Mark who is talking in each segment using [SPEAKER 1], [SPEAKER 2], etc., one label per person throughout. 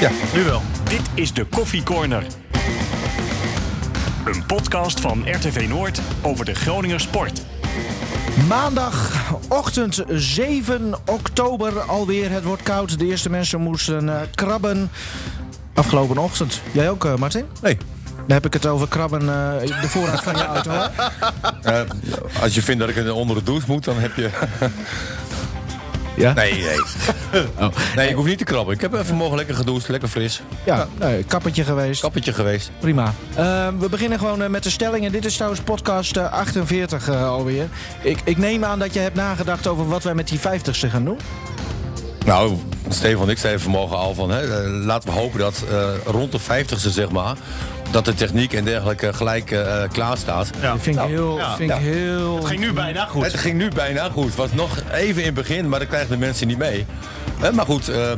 [SPEAKER 1] Ja.
[SPEAKER 2] Nu wel.
[SPEAKER 3] Dit is de Koffie Corner. Een podcast van RTV Noord over de Groninger sport.
[SPEAKER 4] Maandagochtend 7 oktober alweer. Het wordt koud. De eerste mensen moesten eh, krabben. Afgelopen ochtend. Jij ook, eh, Martin?
[SPEAKER 1] Nee.
[SPEAKER 4] Dan heb ik het over krabben, eh, de voorraad van je auto. hè?
[SPEAKER 1] Eh, als je vindt dat ik onder de douche moet, dan heb je...
[SPEAKER 4] Ja?
[SPEAKER 1] Nee, nee. Nee, ik hoef niet te krabben. Ik heb even morgen lekker gedoucht, lekker fris.
[SPEAKER 4] Ja, nee, kappertje geweest.
[SPEAKER 1] Kappetje geweest.
[SPEAKER 4] Prima. Eh, we beginnen gewoon eh, met de stellingen. Dit is trouwens podcast eh, 48 eh, alweer. Ik, ik neem aan dat je hebt nagedacht over wat wij met die 50ste gaan doen.
[SPEAKER 1] Nou, Stefan, ik zei vanmorgen al van... Hè, eh, laten we hopen dat eh, rond de 50ste, zeg maar... dat de techniek en dergelijke gelijk eh, klaar staat.
[SPEAKER 2] Ja. Nou,
[SPEAKER 4] Vind ik heel...
[SPEAKER 2] ja,
[SPEAKER 4] vind ik
[SPEAKER 1] ja.
[SPEAKER 4] heel...
[SPEAKER 2] Het ging nu bijna
[SPEAKER 1] Het
[SPEAKER 2] goed.
[SPEAKER 1] ging nu bijna goed. Het was nog even in het begin, maar dat krijgen de mensen niet mee. Eh, maar goed, eh,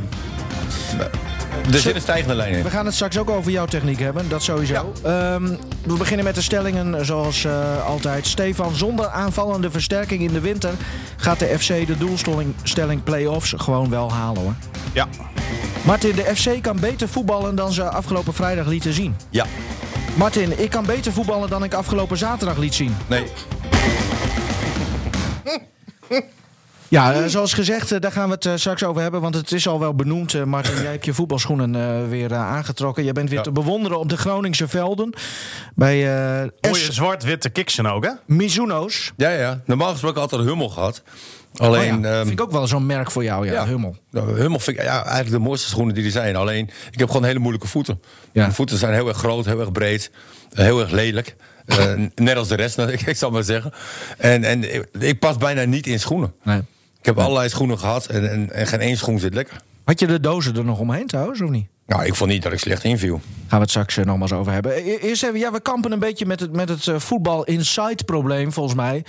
[SPEAKER 1] er zit een stijgende lijn in.
[SPEAKER 4] We gaan het straks ook over jouw techniek hebben, dat sowieso. Ehm, we beginnen met de stellingen zoals eh, altijd. Stefan, zonder aanvallende versterking in de winter gaat de FC de doelstelling stelling play-offs gewoon wel halen hoor.
[SPEAKER 2] Ja.
[SPEAKER 4] Martin, de FC kan beter voetballen dan ze afgelopen vrijdag lieten zien.
[SPEAKER 1] Ja,
[SPEAKER 4] Martin, ik kan beter voetballen dan ik afgelopen zaterdag liet zien.
[SPEAKER 1] nee.
[SPEAKER 4] Ja, eh, zoals gezegd, eh, daar gaan we het eh, straks over hebben. Want het is al wel benoemd. eh, Martin, jij hebt je voetbalschoenen eh, weer eh, aangetrokken. Jij bent weer
[SPEAKER 1] Ja.
[SPEAKER 4] te bewonderen op de Groningse velden. Bij eh
[SPEAKER 2] Mooie zwart-witte kiksen ook, hè?
[SPEAKER 4] Mizuno's.
[SPEAKER 1] Ja, ja. Normaal gesproken altijd hummel gehad. Alleen...
[SPEAKER 4] Oh ja,
[SPEAKER 1] ehm,
[SPEAKER 4] vind ik ook wel zo'n merk voor jou, ja,
[SPEAKER 1] Ja.
[SPEAKER 4] Hummel.
[SPEAKER 1] Nou, Hummel vind ik ja, eigenlijk de mooiste schoenen die er zijn. Alleen, ik heb gewoon hele moeilijke voeten.
[SPEAKER 4] Ja.
[SPEAKER 1] Mijn voeten zijn heel erg groot, heel erg breed, heel erg lelijk. Eh, net als de rest, nou, ik, ik zal maar zeggen. En, en ik, ik pas bijna niet in schoenen.
[SPEAKER 4] Nee.
[SPEAKER 1] Ik heb allerlei schoenen gehad en, en, en geen één schoen zit lekker.
[SPEAKER 4] Had je de dozen er nog omheen trouwens, of niet?
[SPEAKER 1] Nou, ik vond niet dat ik slecht inviel.
[SPEAKER 4] Gaan we het straks eh, nogmaals over hebben. E- Eerst even, ja, we kampen een beetje met het, met het eh, voetbal-inside-probleem, volgens mij.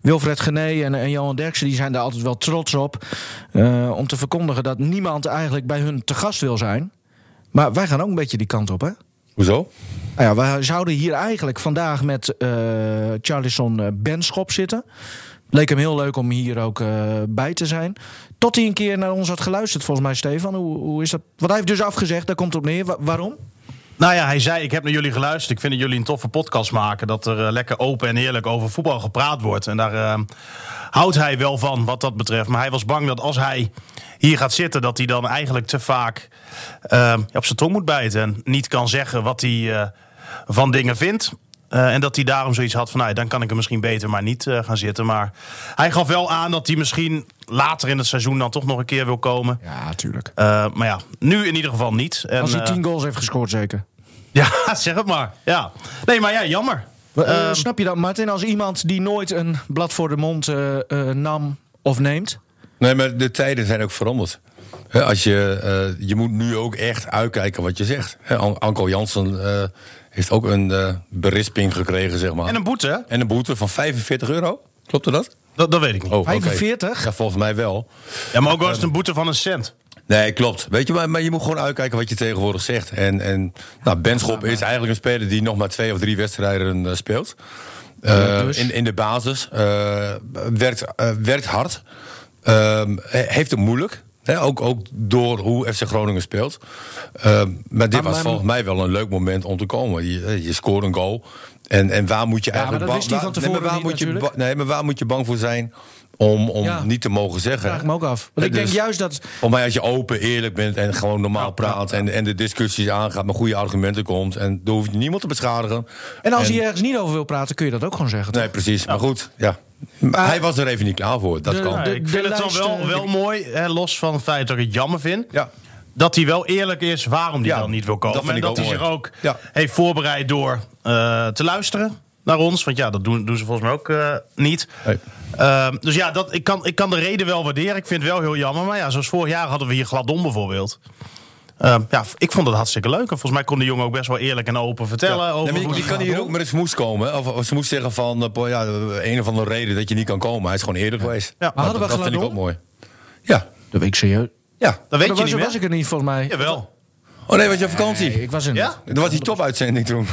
[SPEAKER 4] Wilfred Gené en, en Johan Derksen die zijn daar altijd wel trots op. eh, om te verkondigen dat niemand eigenlijk bij hun te gast wil zijn. Maar wij gaan ook een beetje die kant op, hè?
[SPEAKER 1] Hoezo?
[SPEAKER 4] Nou ja, we zouden hier eigenlijk vandaag met eh Charlison eh, Benschop zitten. Leek hem heel leuk om hier ook eh, bij te zijn. Tot hij een keer naar ons had geluisterd, volgens mij, Stefan. Hoe, hoe is dat? Wat hij heeft dus afgezegd, daar komt het op neer. Wa- waarom?
[SPEAKER 2] Nou ja, hij zei: Ik heb naar jullie geluisterd. Ik vind dat jullie een toffe podcast maken. Dat er eh, lekker open en eerlijk over voetbal gepraat wordt. En daar eh, houdt hij wel van wat dat betreft. Maar hij was bang dat als hij hier gaat zitten, dat hij dan eigenlijk te vaak eh, op zijn tong moet bijten. En niet kan zeggen wat hij eh, van dingen vindt. Eh, en dat hij daarom zoiets had van, nou, ja, dan kan ik er misschien beter maar niet eh, gaan zitten. Maar hij gaf wel aan dat hij misschien later in het seizoen dan toch nog een keer wil komen.
[SPEAKER 4] Ja, tuurlijk.
[SPEAKER 2] Eh, maar ja, nu in ieder geval niet. En,
[SPEAKER 4] Als hij
[SPEAKER 2] eh,
[SPEAKER 4] tien goals heeft gescoord, zeker.
[SPEAKER 2] ja, zeg het maar. Ja. Nee, maar ja, jammer.
[SPEAKER 4] Eh,
[SPEAKER 2] Ehm,
[SPEAKER 4] snap je dat, Martin? Als iemand die nooit een blad voor de mond eh, eh, nam of neemt.
[SPEAKER 1] Nee, maar de tijden zijn ook veranderd. Hè, als je, eh, je moet nu ook echt uitkijken wat je zegt. Hè, An- Anko Jansen eh, heeft ook een eh, berisping gekregen, zeg maar.
[SPEAKER 2] en een boete, hè?
[SPEAKER 1] En een boete van 45 euro. Klopte dat?
[SPEAKER 2] dat, dat weet ik niet.
[SPEAKER 1] Oh, oké.
[SPEAKER 4] 45?
[SPEAKER 1] Ja, volgens mij wel.
[SPEAKER 2] Ja, maar ook wel eens een boete van een cent.
[SPEAKER 1] Nee, klopt. Weet je, maar, maar je moet gewoon uitkijken wat je tegenwoordig zegt. En, en nou, Benschop is eigenlijk een speler die nog maar twee of drie wedstrijden eh, speelt. Eh,
[SPEAKER 4] dus.
[SPEAKER 1] in, in de basis. eh, werkt, eh, werkt hard. Ehm, he- heeft het moeilijk. Hè, ook, ook door hoe FC Groningen speelt. Ehm, maar dit
[SPEAKER 4] Ah,
[SPEAKER 1] was
[SPEAKER 4] Maar- maar-
[SPEAKER 1] volgens mij wel een leuk moment om te komen. Je, je scoort een goal. En, en waar moet je
[SPEAKER 4] maar
[SPEAKER 1] eigenlijk
[SPEAKER 4] dat
[SPEAKER 1] bang-
[SPEAKER 4] wist hij
[SPEAKER 1] waar-
[SPEAKER 4] van
[SPEAKER 1] nee, maar
[SPEAKER 4] tevoren
[SPEAKER 1] waar
[SPEAKER 4] niet
[SPEAKER 1] moet je
[SPEAKER 4] natuurlijk.
[SPEAKER 1] ba- Nee, maar waar moet je bang voor zijn om, om
[SPEAKER 4] Ja.
[SPEAKER 1] niet te mogen zeggen?
[SPEAKER 4] Vraag ik me ook af. Want ik
[SPEAKER 1] Dus-
[SPEAKER 4] denk juist dat
[SPEAKER 1] Voor mij als je open, eerlijk bent en gewoon normaal praat... En, en de discussies aangaat, met goede argumenten komt... en daar hoef je niemand te beschadigen.
[SPEAKER 4] En als
[SPEAKER 1] En-
[SPEAKER 4] hij ergens niet over wil praten, kun je dat ook gewoon zeggen. toch?
[SPEAKER 1] Nee, precies. Maar goed, ja. Maar hij was er even niet klaar voor, dat
[SPEAKER 4] de-
[SPEAKER 1] kan.
[SPEAKER 4] de-
[SPEAKER 2] ik vind het
[SPEAKER 4] lijst,
[SPEAKER 2] dan wel,
[SPEAKER 4] eh,
[SPEAKER 2] wel mooi, hè, los van het feit dat ik het jammer vind...
[SPEAKER 1] Ja.
[SPEAKER 2] dat hij wel eerlijk is waarom hij
[SPEAKER 1] Ja,
[SPEAKER 2] dan niet wil komen.
[SPEAKER 1] dat vind
[SPEAKER 2] en
[SPEAKER 1] ik
[SPEAKER 2] dat
[SPEAKER 1] ook
[SPEAKER 2] hij zich
[SPEAKER 1] mooi.
[SPEAKER 2] ook
[SPEAKER 1] Ja.
[SPEAKER 2] heeft voorbereid door eh, te luisteren naar ons. Want ja, dat doen, doen ze volgens mij ook eh, niet.
[SPEAKER 1] Nee.
[SPEAKER 2] Ehm, dus ja, dat, ik, kan, ik kan de reden wel waarderen. Ik vind het wel heel jammer. Maar ja, zoals vorig jaar hadden we hier Gladon bijvoorbeeld. Ehm, ja, ik vond dat hartstikke leuk. En volgens mij kon de jongen ook best wel eerlijk en open vertellen.
[SPEAKER 1] Ja,
[SPEAKER 2] Over
[SPEAKER 1] maar je,
[SPEAKER 2] hoe
[SPEAKER 1] je
[SPEAKER 2] die
[SPEAKER 1] kan hier ook met een smoes komen. hè. Of, of smoes zeggen van eh, boy, ja, een of andere reden dat je niet kan komen. Hij is gewoon eerlijk geweest.
[SPEAKER 2] Maar
[SPEAKER 1] Dat-
[SPEAKER 4] hadden we
[SPEAKER 1] dat, vind ik
[SPEAKER 4] Gladon?
[SPEAKER 1] ook mooi. Ja,
[SPEAKER 4] Dat weet ik serieus.
[SPEAKER 1] ja.
[SPEAKER 2] Dat weet
[SPEAKER 4] Maar
[SPEAKER 2] je
[SPEAKER 4] was,
[SPEAKER 2] niet meer.
[SPEAKER 4] was ik er niet, volgens mij.
[SPEAKER 2] Jawel.
[SPEAKER 1] Oh nee, was je op vakantie?
[SPEAKER 4] Nee, ik was in.
[SPEAKER 2] Ja?
[SPEAKER 4] het.
[SPEAKER 1] Dat was die topuitzending toen.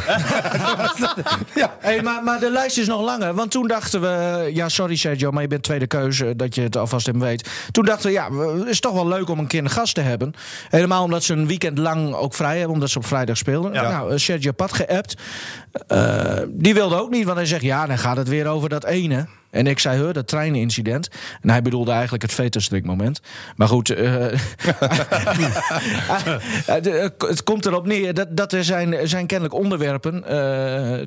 [SPEAKER 4] Hey, maar, maar de lijst is nog langer. Want toen dachten we. Ja, sorry Sergio, maar je bent tweede keuze. Dat je het alvast hem weet. Toen dachten we, ja, we- het is toch wel leuk om een keer een gast te hebben. Helemaal omdat ze een weekend lang ook vrij hebben. Omdat ze op vrijdag speelden.
[SPEAKER 2] Ja.
[SPEAKER 4] Nou, eh, Sergio Pat geappt. Eh, die wilde ook niet, want hij zegt ja, dan gaat het weer over dat ene. En ik zei, huh, dat treinincident. En hij bedoelde eigenlijk het veterstrikmoment. Maar goed, eh, eh, de- eh, het komt erop neer. Dat, dat er zijn, er zijn kennelijk onderwerpen eh,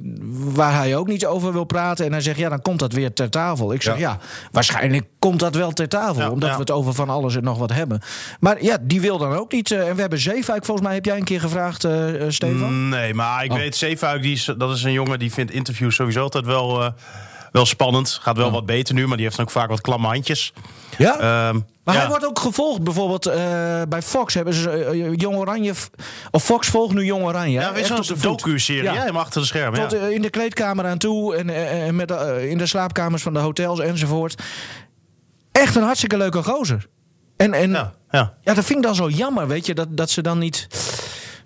[SPEAKER 4] waar hij ook niet over wil praten. En hij zegt, ja, dan komt dat weer ter tafel. Ik zeg, ja,
[SPEAKER 1] Ja.
[SPEAKER 4] waarschijnlijk komt dat wel ter tafel.
[SPEAKER 2] Ja,
[SPEAKER 4] omdat
[SPEAKER 2] ja.
[SPEAKER 4] we het over van alles en nog wat hebben. Maar ja, die wil dan ook niet. eh, en we hebben Zeefuik, volgens mij, heb jij een keer gevraagd, eh, eh, Stefan?
[SPEAKER 2] Mm, Nee, maar
[SPEAKER 4] Oh.
[SPEAKER 2] ik weet, Zeefuik, die is, dat is een jongen die vindt interviews sowieso altijd wel, eh, wel spannend. Gaat wel wat beter nu, maar die heeft ook vaak wat klamme handjes.
[SPEAKER 4] Ja?
[SPEAKER 2] Ehm,
[SPEAKER 4] Maar
[SPEAKER 2] ja.
[SPEAKER 4] hij wordt ook gevolgd. Bijvoorbeeld eh, bij Fox hebben ze eh, Jong Oranje. Of Fox volgt nu Jong Oranje.
[SPEAKER 2] Ja,
[SPEAKER 4] hè,
[SPEAKER 2] weet
[SPEAKER 4] echt
[SPEAKER 2] je
[SPEAKER 4] op de
[SPEAKER 2] zo'n
[SPEAKER 4] voet.
[SPEAKER 2] docu-serie? Ja.
[SPEAKER 4] Ja.
[SPEAKER 2] helemaal achter de schermen.
[SPEAKER 4] Tot
[SPEAKER 2] ja.
[SPEAKER 4] eh, in de kleedkamer aan toe. En eh, eh, met, eh, in de slaapkamers van de hotels enzovoort. Echt een hartstikke leuke gozer. En, en ja.
[SPEAKER 2] Ja, ja.
[SPEAKER 4] dat vind ik dan zo jammer, weet je. Dat, dat ze dan niet.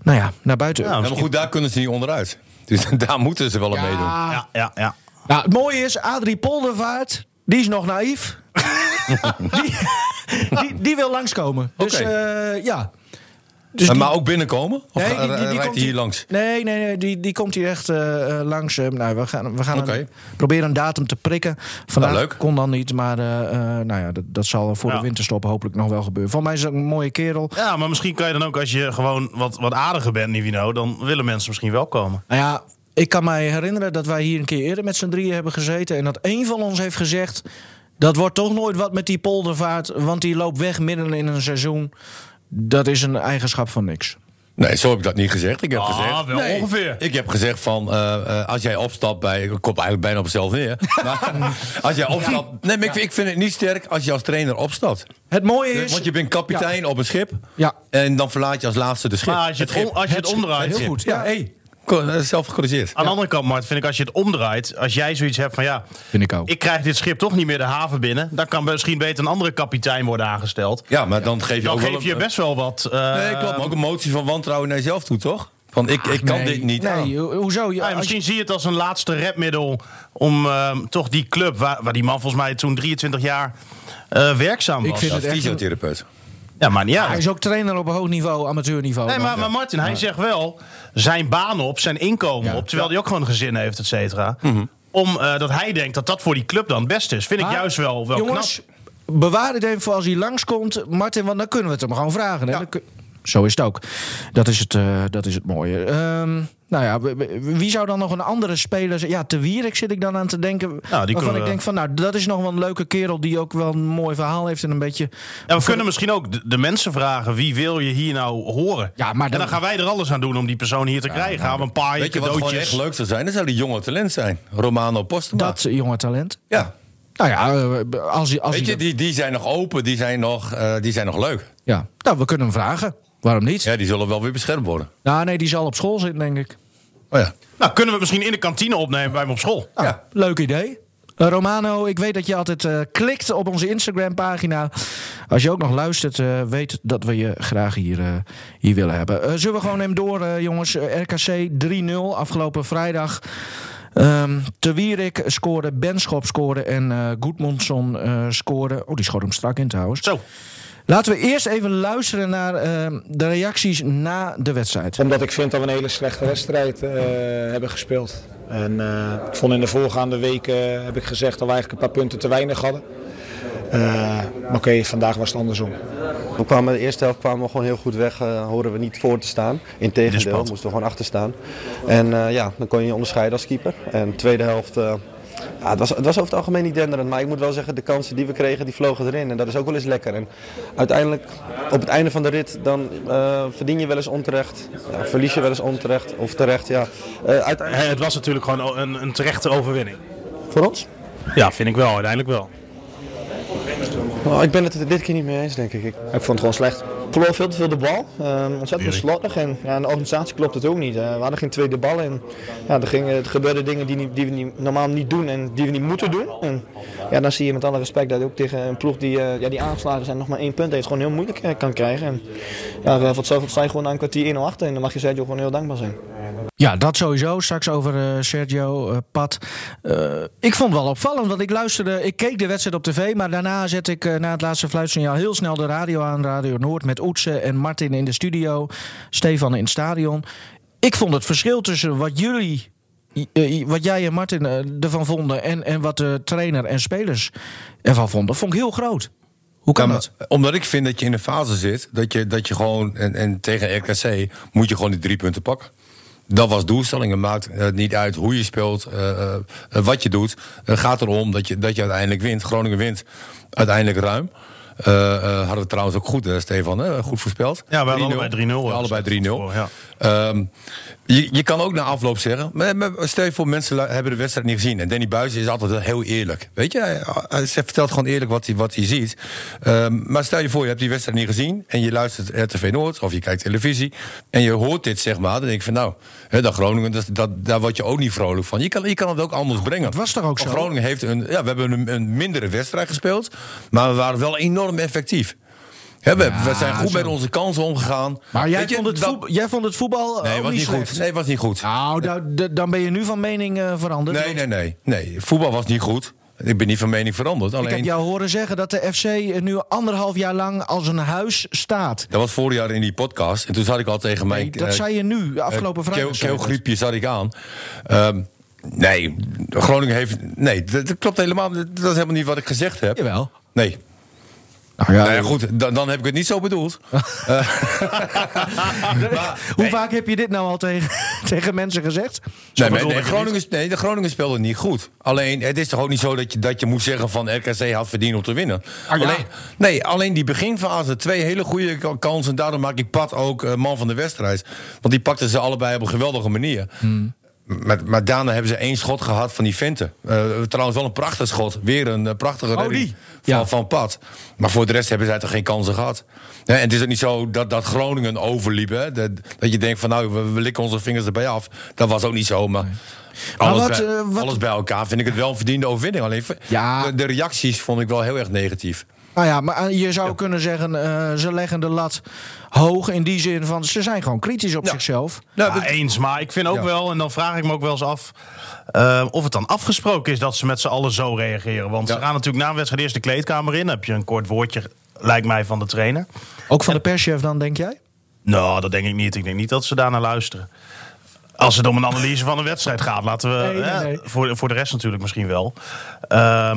[SPEAKER 4] Nou ja, naar buiten.
[SPEAKER 2] Ja,
[SPEAKER 4] Ja,
[SPEAKER 1] Ja, maar goed, daar kunnen ze niet onderuit. Dus daar moeten ze wel aan meedoen.
[SPEAKER 2] ja, ja, ja.
[SPEAKER 4] Nou, het mooie is, Adrie Poldervaart, die is nog naïef. die, die, die wil langskomen. Dus
[SPEAKER 1] Oké.
[SPEAKER 4] eh, ja. Dus die-
[SPEAKER 1] Eh, maar ook binnenkomen? Of
[SPEAKER 4] Nee,
[SPEAKER 1] ga- eh, rijdt hij
[SPEAKER 4] komt
[SPEAKER 1] hier langs?
[SPEAKER 4] Nee, nee, nee die, die komt hier echt eh, eh, langs. Eh, nou, we gaan, we gaan
[SPEAKER 1] Oké.
[SPEAKER 4] een- proberen een datum te prikken. Vandaag
[SPEAKER 1] Nou, leuk.
[SPEAKER 4] kon dan niet, maar eh, eh, nou ja, dat, dat zal voor
[SPEAKER 2] Ja.
[SPEAKER 4] de winterstop hopelijk nog wel gebeuren. Voor mij is dat een mooie kerel.
[SPEAKER 2] Ja, maar misschien kan je dan ook, als je gewoon wat, wat aardiger bent, Nivino, dan willen mensen misschien wel komen.
[SPEAKER 4] Nou ja, ik kan mij herinneren dat wij hier een keer eerder met z'n drieën hebben gezeten. En dat één van ons heeft gezegd, dat wordt toch nooit wat met die poldervaart. Want die loopt weg midden in een seizoen. Dat is een eigenschap van niks.
[SPEAKER 1] Nee, zo heb ik dat niet gezegd. Ik heb
[SPEAKER 2] Ah,
[SPEAKER 1] gezegd,
[SPEAKER 2] wel
[SPEAKER 1] Nee.
[SPEAKER 2] ongeveer.
[SPEAKER 1] Ik heb gezegd van, eh, eh, als jij opstapt bij... Ik kom eigenlijk bijna op mezelf neer. Maar als jij opstapt... Nee, maar ik, ik vind het niet sterk als je als trainer opstapt.
[SPEAKER 4] Het mooie is...
[SPEAKER 1] Eh, Want je bent kapitein op een schip.
[SPEAKER 4] Ja.
[SPEAKER 1] En dan verlaat je als laatste de schip.
[SPEAKER 2] Maar als je het,
[SPEAKER 1] schip.
[SPEAKER 2] on- als je het omdraait.
[SPEAKER 4] Heel goed,
[SPEAKER 1] Ja,
[SPEAKER 4] ja.
[SPEAKER 1] hey, ko- eh, zelf gecorrigeerd.
[SPEAKER 2] Aan de andere kant, Mart, vind ik als je het omdraait, als jij zoiets hebt van ja,
[SPEAKER 4] Vind ik ook.
[SPEAKER 2] ik krijg dit schip toch niet meer de haven binnen, dan kan misschien beter een andere kapitein worden aangesteld.
[SPEAKER 1] Ja, maar dan geef je
[SPEAKER 2] Dan
[SPEAKER 1] ook wel
[SPEAKER 2] geef
[SPEAKER 1] een-
[SPEAKER 2] je best wel wat. eh,
[SPEAKER 1] Nee, klopt. Maar ook een motie van wantrouwen naar jezelf toe, toch? Van, ik, ik kan dit niet aan.
[SPEAKER 4] Nee, ho-
[SPEAKER 2] ja,
[SPEAKER 4] hoezo? Ja, als je-
[SPEAKER 2] misschien zie je het als een laatste redmiddel om ehm, toch die club, waar, waar die man volgens mij toen 23 jaar eh, werkzaam
[SPEAKER 4] Ik
[SPEAKER 2] was.
[SPEAKER 4] vind
[SPEAKER 1] Als
[SPEAKER 4] het echt een-
[SPEAKER 1] fysiotherapeut.
[SPEAKER 2] Ja, maar niet
[SPEAKER 4] Hij
[SPEAKER 2] uit.
[SPEAKER 4] is ook trainer op een hoog niveau, amateurniveau.
[SPEAKER 2] Nee,
[SPEAKER 4] dan.
[SPEAKER 2] maar, maar Martin, hij zegt wel zijn baan op, zijn inkomen op, terwijl hij ook gewoon een gezin heeft, et cetera. Om eh, dat hij denkt dat dat voor die club dan het beste is. Vind ik
[SPEAKER 4] Maar,
[SPEAKER 2] juist wel, wel
[SPEAKER 4] Jongens,
[SPEAKER 2] knap.
[SPEAKER 4] bewaar het even voor als hij langskomt, Martin, want dan kunnen we het hem gewoon vragen. Hè? Dan kun- Zo is het ook. Dat is het, eh, dat is het mooie. Ehm, nou ja, w- w- wie zou dan nog een andere speler zijn? Ja, Te Wierik zit ik dan aan te denken. waarvan
[SPEAKER 2] Nou, kunnen
[SPEAKER 4] ik
[SPEAKER 2] we-
[SPEAKER 4] denk van, nou, dat is nog wel een leuke kerel die ook wel een mooi verhaal heeft en een beetje...
[SPEAKER 2] En we kunnen misschien ook de, de mensen vragen: wie wil je hier nou horen?
[SPEAKER 4] Ja, maar
[SPEAKER 2] En
[SPEAKER 4] dan-
[SPEAKER 2] dan gaan wij er alles aan doen om die persoon hier te krijgen. gaan we een paar
[SPEAKER 1] Weet je wat gewoon
[SPEAKER 2] cadeautjes.
[SPEAKER 1] echt leuk zou zijn? Dat zou die jonge talent zijn. Romano Postema.
[SPEAKER 4] Dat jonge talent.
[SPEAKER 1] Ja.
[SPEAKER 4] Nou ja, eh, als hij... Als
[SPEAKER 1] Weet
[SPEAKER 4] hij
[SPEAKER 1] je,
[SPEAKER 4] dat-
[SPEAKER 1] die, die zijn nog open, die zijn nog, eh, die zijn nog leuk.
[SPEAKER 4] ja. Nou, we kunnen hem vragen. Waarom niet?
[SPEAKER 1] Ja, die zullen wel weer beschermd worden.
[SPEAKER 4] Nou nee, die zal op school zitten, denk ik.
[SPEAKER 1] Oh ja.
[SPEAKER 2] Nou, kunnen we het misschien in de kantine opnemen bij hem op school?
[SPEAKER 4] Nou,
[SPEAKER 1] Ja.
[SPEAKER 4] Leuk idee. Eh, Romano, ik weet dat je altijd eh, klikt op onze Instagram-pagina. Als je ook nog luistert, eh, weet dat we je graag hier, eh, hier willen hebben. Eh, zullen we gewoon hem door, eh, jongens? Eh, RKC 3-0 afgelopen vrijdag. Ehm Te Wierik scoorde, Benschop scoorde en eh Goedmondsson eh, scoorde. Oh, die schoot hem strak in trouwens.
[SPEAKER 2] Zo.
[SPEAKER 4] Laten we eerst even luisteren naar ehm, de reacties na de wedstrijd.
[SPEAKER 5] Omdat ik vind dat we een hele slechte wedstrijd eh, hebben gespeeld. En eh, ik vond in de voorgaande weken eh, heb ik gezegd dat we eigenlijk een paar punten te weinig hadden. Eh, maar oké, vandaag was het andersom.
[SPEAKER 6] We kwamen de eerste helft kwamen we gewoon heel goed weg, eh, horen we niet voor te staan. Integendeel,
[SPEAKER 2] Dispant.
[SPEAKER 6] moesten we gewoon achter staan. En eh, ja, dan kon je je onderscheiden als keeper. En de tweede helft, eh, ja, het, was, het was over het algemeen niet denderend. Maar ik moet wel zeggen, de kansen die we kregen, die vlogen erin. En dat is ook wel eens lekker. En uiteindelijk, op het einde van de rit, dan eh, verdien je wel eens onterecht. Ja, verlies je wel eens onterecht of terecht, ja. Eh, uiteindelijk,
[SPEAKER 2] Hè, Het was natuurlijk gewoon een, een terechte overwinning.
[SPEAKER 6] voor ons?
[SPEAKER 2] Ja, vind ik wel, uiteindelijk wel.
[SPEAKER 6] Nou, ik ben het er dit keer niet mee eens, denk ik. Ik
[SPEAKER 5] Ik vond het gewoon slecht.
[SPEAKER 6] verloor veel te veel de bal. Eh, ontzettend slordig. En ja, in de organisatie klopt het ook niet. Eh, we hadden geen tweede bal. En ja, er, gingen, er gebeurden dingen die, niet, die we niet, normaal niet doen en die we niet moeten doen. En ja, dan zie je met alle respect dat ook tegen een ploeg die, eh, ja, die aangeslagen zijn nog maar één punt heeft, gewoon heel moeilijk eh, kan krijgen. En ja, voor hetzelfde sta je gewoon aan een kwartier 1-0 achter. En dan mag je Sergio gewoon heel dankbaar zijn.
[SPEAKER 4] Ja, dat sowieso. Straks over eh, Sergio, eh, Pat. Eh, ik vond het wel opvallend, want ik luisterde... Ik keek de wedstrijd op tv, maar daarna zet ik eh, na het laatste fluitsignaal... heel snel de radio aan, Radio Noord... met Oetse en Martin in de studio, Stefan in het stadion. Ik vond het verschil tussen wat jullie... eh, Wat jij en Martin eh, ervan vonden en, en wat de trainer en spelers ervan vonden, vond ik heel groot. Hoe kan
[SPEAKER 1] Ja,
[SPEAKER 4] dat?
[SPEAKER 1] maar Omdat ik vind dat je in een fase zit dat je, dat je gewoon, en, en tegen RKC moet je gewoon die drie punten pakken. Dat was doelstelling. Het maakt eh, niet uit hoe je speelt, eh, eh, eh, wat je doet. Het gaat erom dat je, dat je uiteindelijk wint. Groningen wint uiteindelijk ruim. Eh, eh, hadden we trouwens ook goed, eh, Stefan. Hè? Goed voorspeld.
[SPEAKER 2] Ja, we hadden
[SPEAKER 1] 3-0.
[SPEAKER 2] allebei 3-0, ja,
[SPEAKER 1] Allebei 3-0.
[SPEAKER 2] ja.
[SPEAKER 1] Ehm, je, je kan ook na afloop zeggen. Maar, maar stel je voor, mensen lu- hebben de wedstrijd niet gezien. En Danny Buis is altijd wel heel eerlijk. Weet je, hij, hij zegt- vertelt gewoon eerlijk wat hij, wat hij ziet. Ehm, maar stel je voor, je hebt die wedstrijd niet gezien. En je luistert RTV Noord of je kijkt televisie. En je hoort dit, zeg maar. Dan denk je van nou, hè, dat Groningen, dat, dat, daar word je ook niet vrolijk van. Je kan, je kan het ook anders brengen.
[SPEAKER 4] was toch ook zo?
[SPEAKER 1] Groningen heeft een. Ja, we hebben een, een mindere wedstrijd gespeeld. Maar we waren wel enorm effectief. Hè, we, we zijn goed met onze kansen omgegaan.
[SPEAKER 4] Maar jij
[SPEAKER 1] Weet je,
[SPEAKER 4] vond het,
[SPEAKER 1] dat-
[SPEAKER 4] voetbal, jij vond het voetbal eh,
[SPEAKER 1] Nee,
[SPEAKER 4] ook
[SPEAKER 1] was
[SPEAKER 4] niet
[SPEAKER 1] Oh, niet
[SPEAKER 4] slecht.
[SPEAKER 1] goed. Nee, was niet goed.
[SPEAKER 4] Nou, da- da- dan ben je nu van mening eh, veranderd.
[SPEAKER 1] Nee,
[SPEAKER 4] Want
[SPEAKER 1] nee, nee, nee. Voetbal was niet goed. Ik ben niet van mening veranderd.
[SPEAKER 4] Ik heb
[SPEAKER 1] Alleen,
[SPEAKER 4] jou horen zeggen dat de FC nu anderhalf jaar lang als een huis staat.
[SPEAKER 1] dat was vorig jaar in die podcast. En toen zat ik al tegen mijn...
[SPEAKER 4] dat
[SPEAKER 1] eh,
[SPEAKER 4] zei je nu, de afgelopen
[SPEAKER 1] Eh,
[SPEAKER 4] vrijdag.
[SPEAKER 1] keel-
[SPEAKER 4] zei je dat.
[SPEAKER 1] Keelgriepje zat ik aan. Ehm, nee, Groningen heeft... Nee, dat, dat klopt helemaal. Dat, dat is helemaal niet wat ik gezegd heb.
[SPEAKER 4] Jawel.
[SPEAKER 1] Nee.
[SPEAKER 4] Nou ja,
[SPEAKER 1] Nou ja, goed, dan, dan heb ik het niet zo bedoeld. Eh,
[SPEAKER 4] Hoe vaak heb je dit nou al tegen, tegen mensen gezegd?
[SPEAKER 1] Nee, maar,
[SPEAKER 2] bedoelde
[SPEAKER 1] nee,
[SPEAKER 2] ik het
[SPEAKER 1] Groningen, nee, de Groningen speelde niet goed. Alleen, het is toch ook niet zo dat je, dat je moet zeggen van RKC had verdiend om te winnen. alleen, nee, alleen die beginfase, twee hele goede k- kansen. Daarom maak ik Pat ook eh, man van de wedstrijd. Want die pakten ze allebei op een geweldige manier. Maar, maar daarna hebben ze één schot gehad van die venten. Eh, trouwens, wel een prachtig schot. Weer een eh, prachtige redding
[SPEAKER 4] die.
[SPEAKER 1] van,
[SPEAKER 4] Ja.
[SPEAKER 1] van Pat. Maar voor de rest hebben zij toch geen kansen gehad. Hè, en het is ook niet zo dat, dat Groningen overliep. Hè? Dat, dat je denkt van nou, we, we likken onze vingers erbij af. Dat was ook niet zo, maar... Alles,
[SPEAKER 4] wat,
[SPEAKER 1] bij,
[SPEAKER 4] eh, wat-
[SPEAKER 1] alles bij elkaar vind ik het wel een verdiende overwinning. Alleen v-
[SPEAKER 4] Ja.
[SPEAKER 1] de, de reacties vond ik wel heel erg negatief.
[SPEAKER 4] Nou ja, maar eh, je zou kunnen zeggen, eh, ze leggen de lat hoog in die zin van ze zijn gewoon kritisch op zichzelf.
[SPEAKER 1] Nou,
[SPEAKER 2] Ja,
[SPEAKER 1] dat-
[SPEAKER 2] Ah, eens, maar ik vind ook
[SPEAKER 1] Ja.
[SPEAKER 2] wel, en dan vraag ik me ook wel eens af... eh, of het dan afgesproken is dat ze met z'n allen zo reageren. Want
[SPEAKER 1] Ja.
[SPEAKER 2] ze gaan natuurlijk na een wedstrijd eerst de kleedkamer in. Dan heb je een kort woordje, lijkt mij, van de trainer.
[SPEAKER 4] Ook van de perschef dan, denk jij?
[SPEAKER 2] Nou, dat denk ik niet. Ik denk niet dat ze daarnaar luisteren. Als het om een analyse van een wedstrijd gaat, laten we...
[SPEAKER 4] Nee, nee,
[SPEAKER 2] hè,
[SPEAKER 4] nee.
[SPEAKER 2] Voor, voor de rest natuurlijk misschien wel. Ehm,
[SPEAKER 1] nee, maar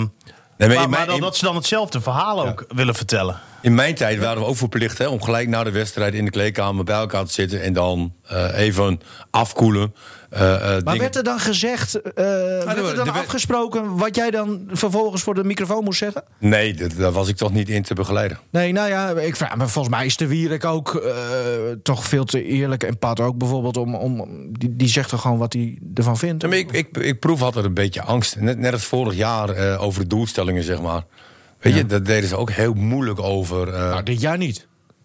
[SPEAKER 2] maar
[SPEAKER 1] in,
[SPEAKER 2] maar
[SPEAKER 1] mijn,
[SPEAKER 2] dan,
[SPEAKER 1] in,
[SPEAKER 2] dat ze dan hetzelfde verhaal ook willen vertellen.
[SPEAKER 1] in mijn tijd waren we ook verplicht hè, om gelijk na de wedstrijd in de kleedkamer bij elkaar te zitten. En dan eh, even afkoelen. eh, eh,
[SPEAKER 4] Maar
[SPEAKER 1] dingen-
[SPEAKER 4] werd er dan gezegd, eh, werd er
[SPEAKER 1] de
[SPEAKER 4] dan
[SPEAKER 1] wet-
[SPEAKER 4] afgesproken wat jij dan vervolgens voor de microfoon moest zeggen?
[SPEAKER 1] Nee, dat- daar was ik toch niet in te begeleiden.
[SPEAKER 4] Nee, nou ja, ik vraag me, volgens mij is de Wierik ook eh, toch veel te eerlijk. En Pat ook bijvoorbeeld, om, om, die, die zegt toch gewoon wat hij ervan vindt.
[SPEAKER 1] Ja, maar ik, ik, ik proef altijd een beetje angst. Net, net als vorig jaar eh, over de doelstellingen, zeg maar. Weet je, daar deden ze ook heel moeilijk over. eh.
[SPEAKER 4] Nou, dit jaar niet.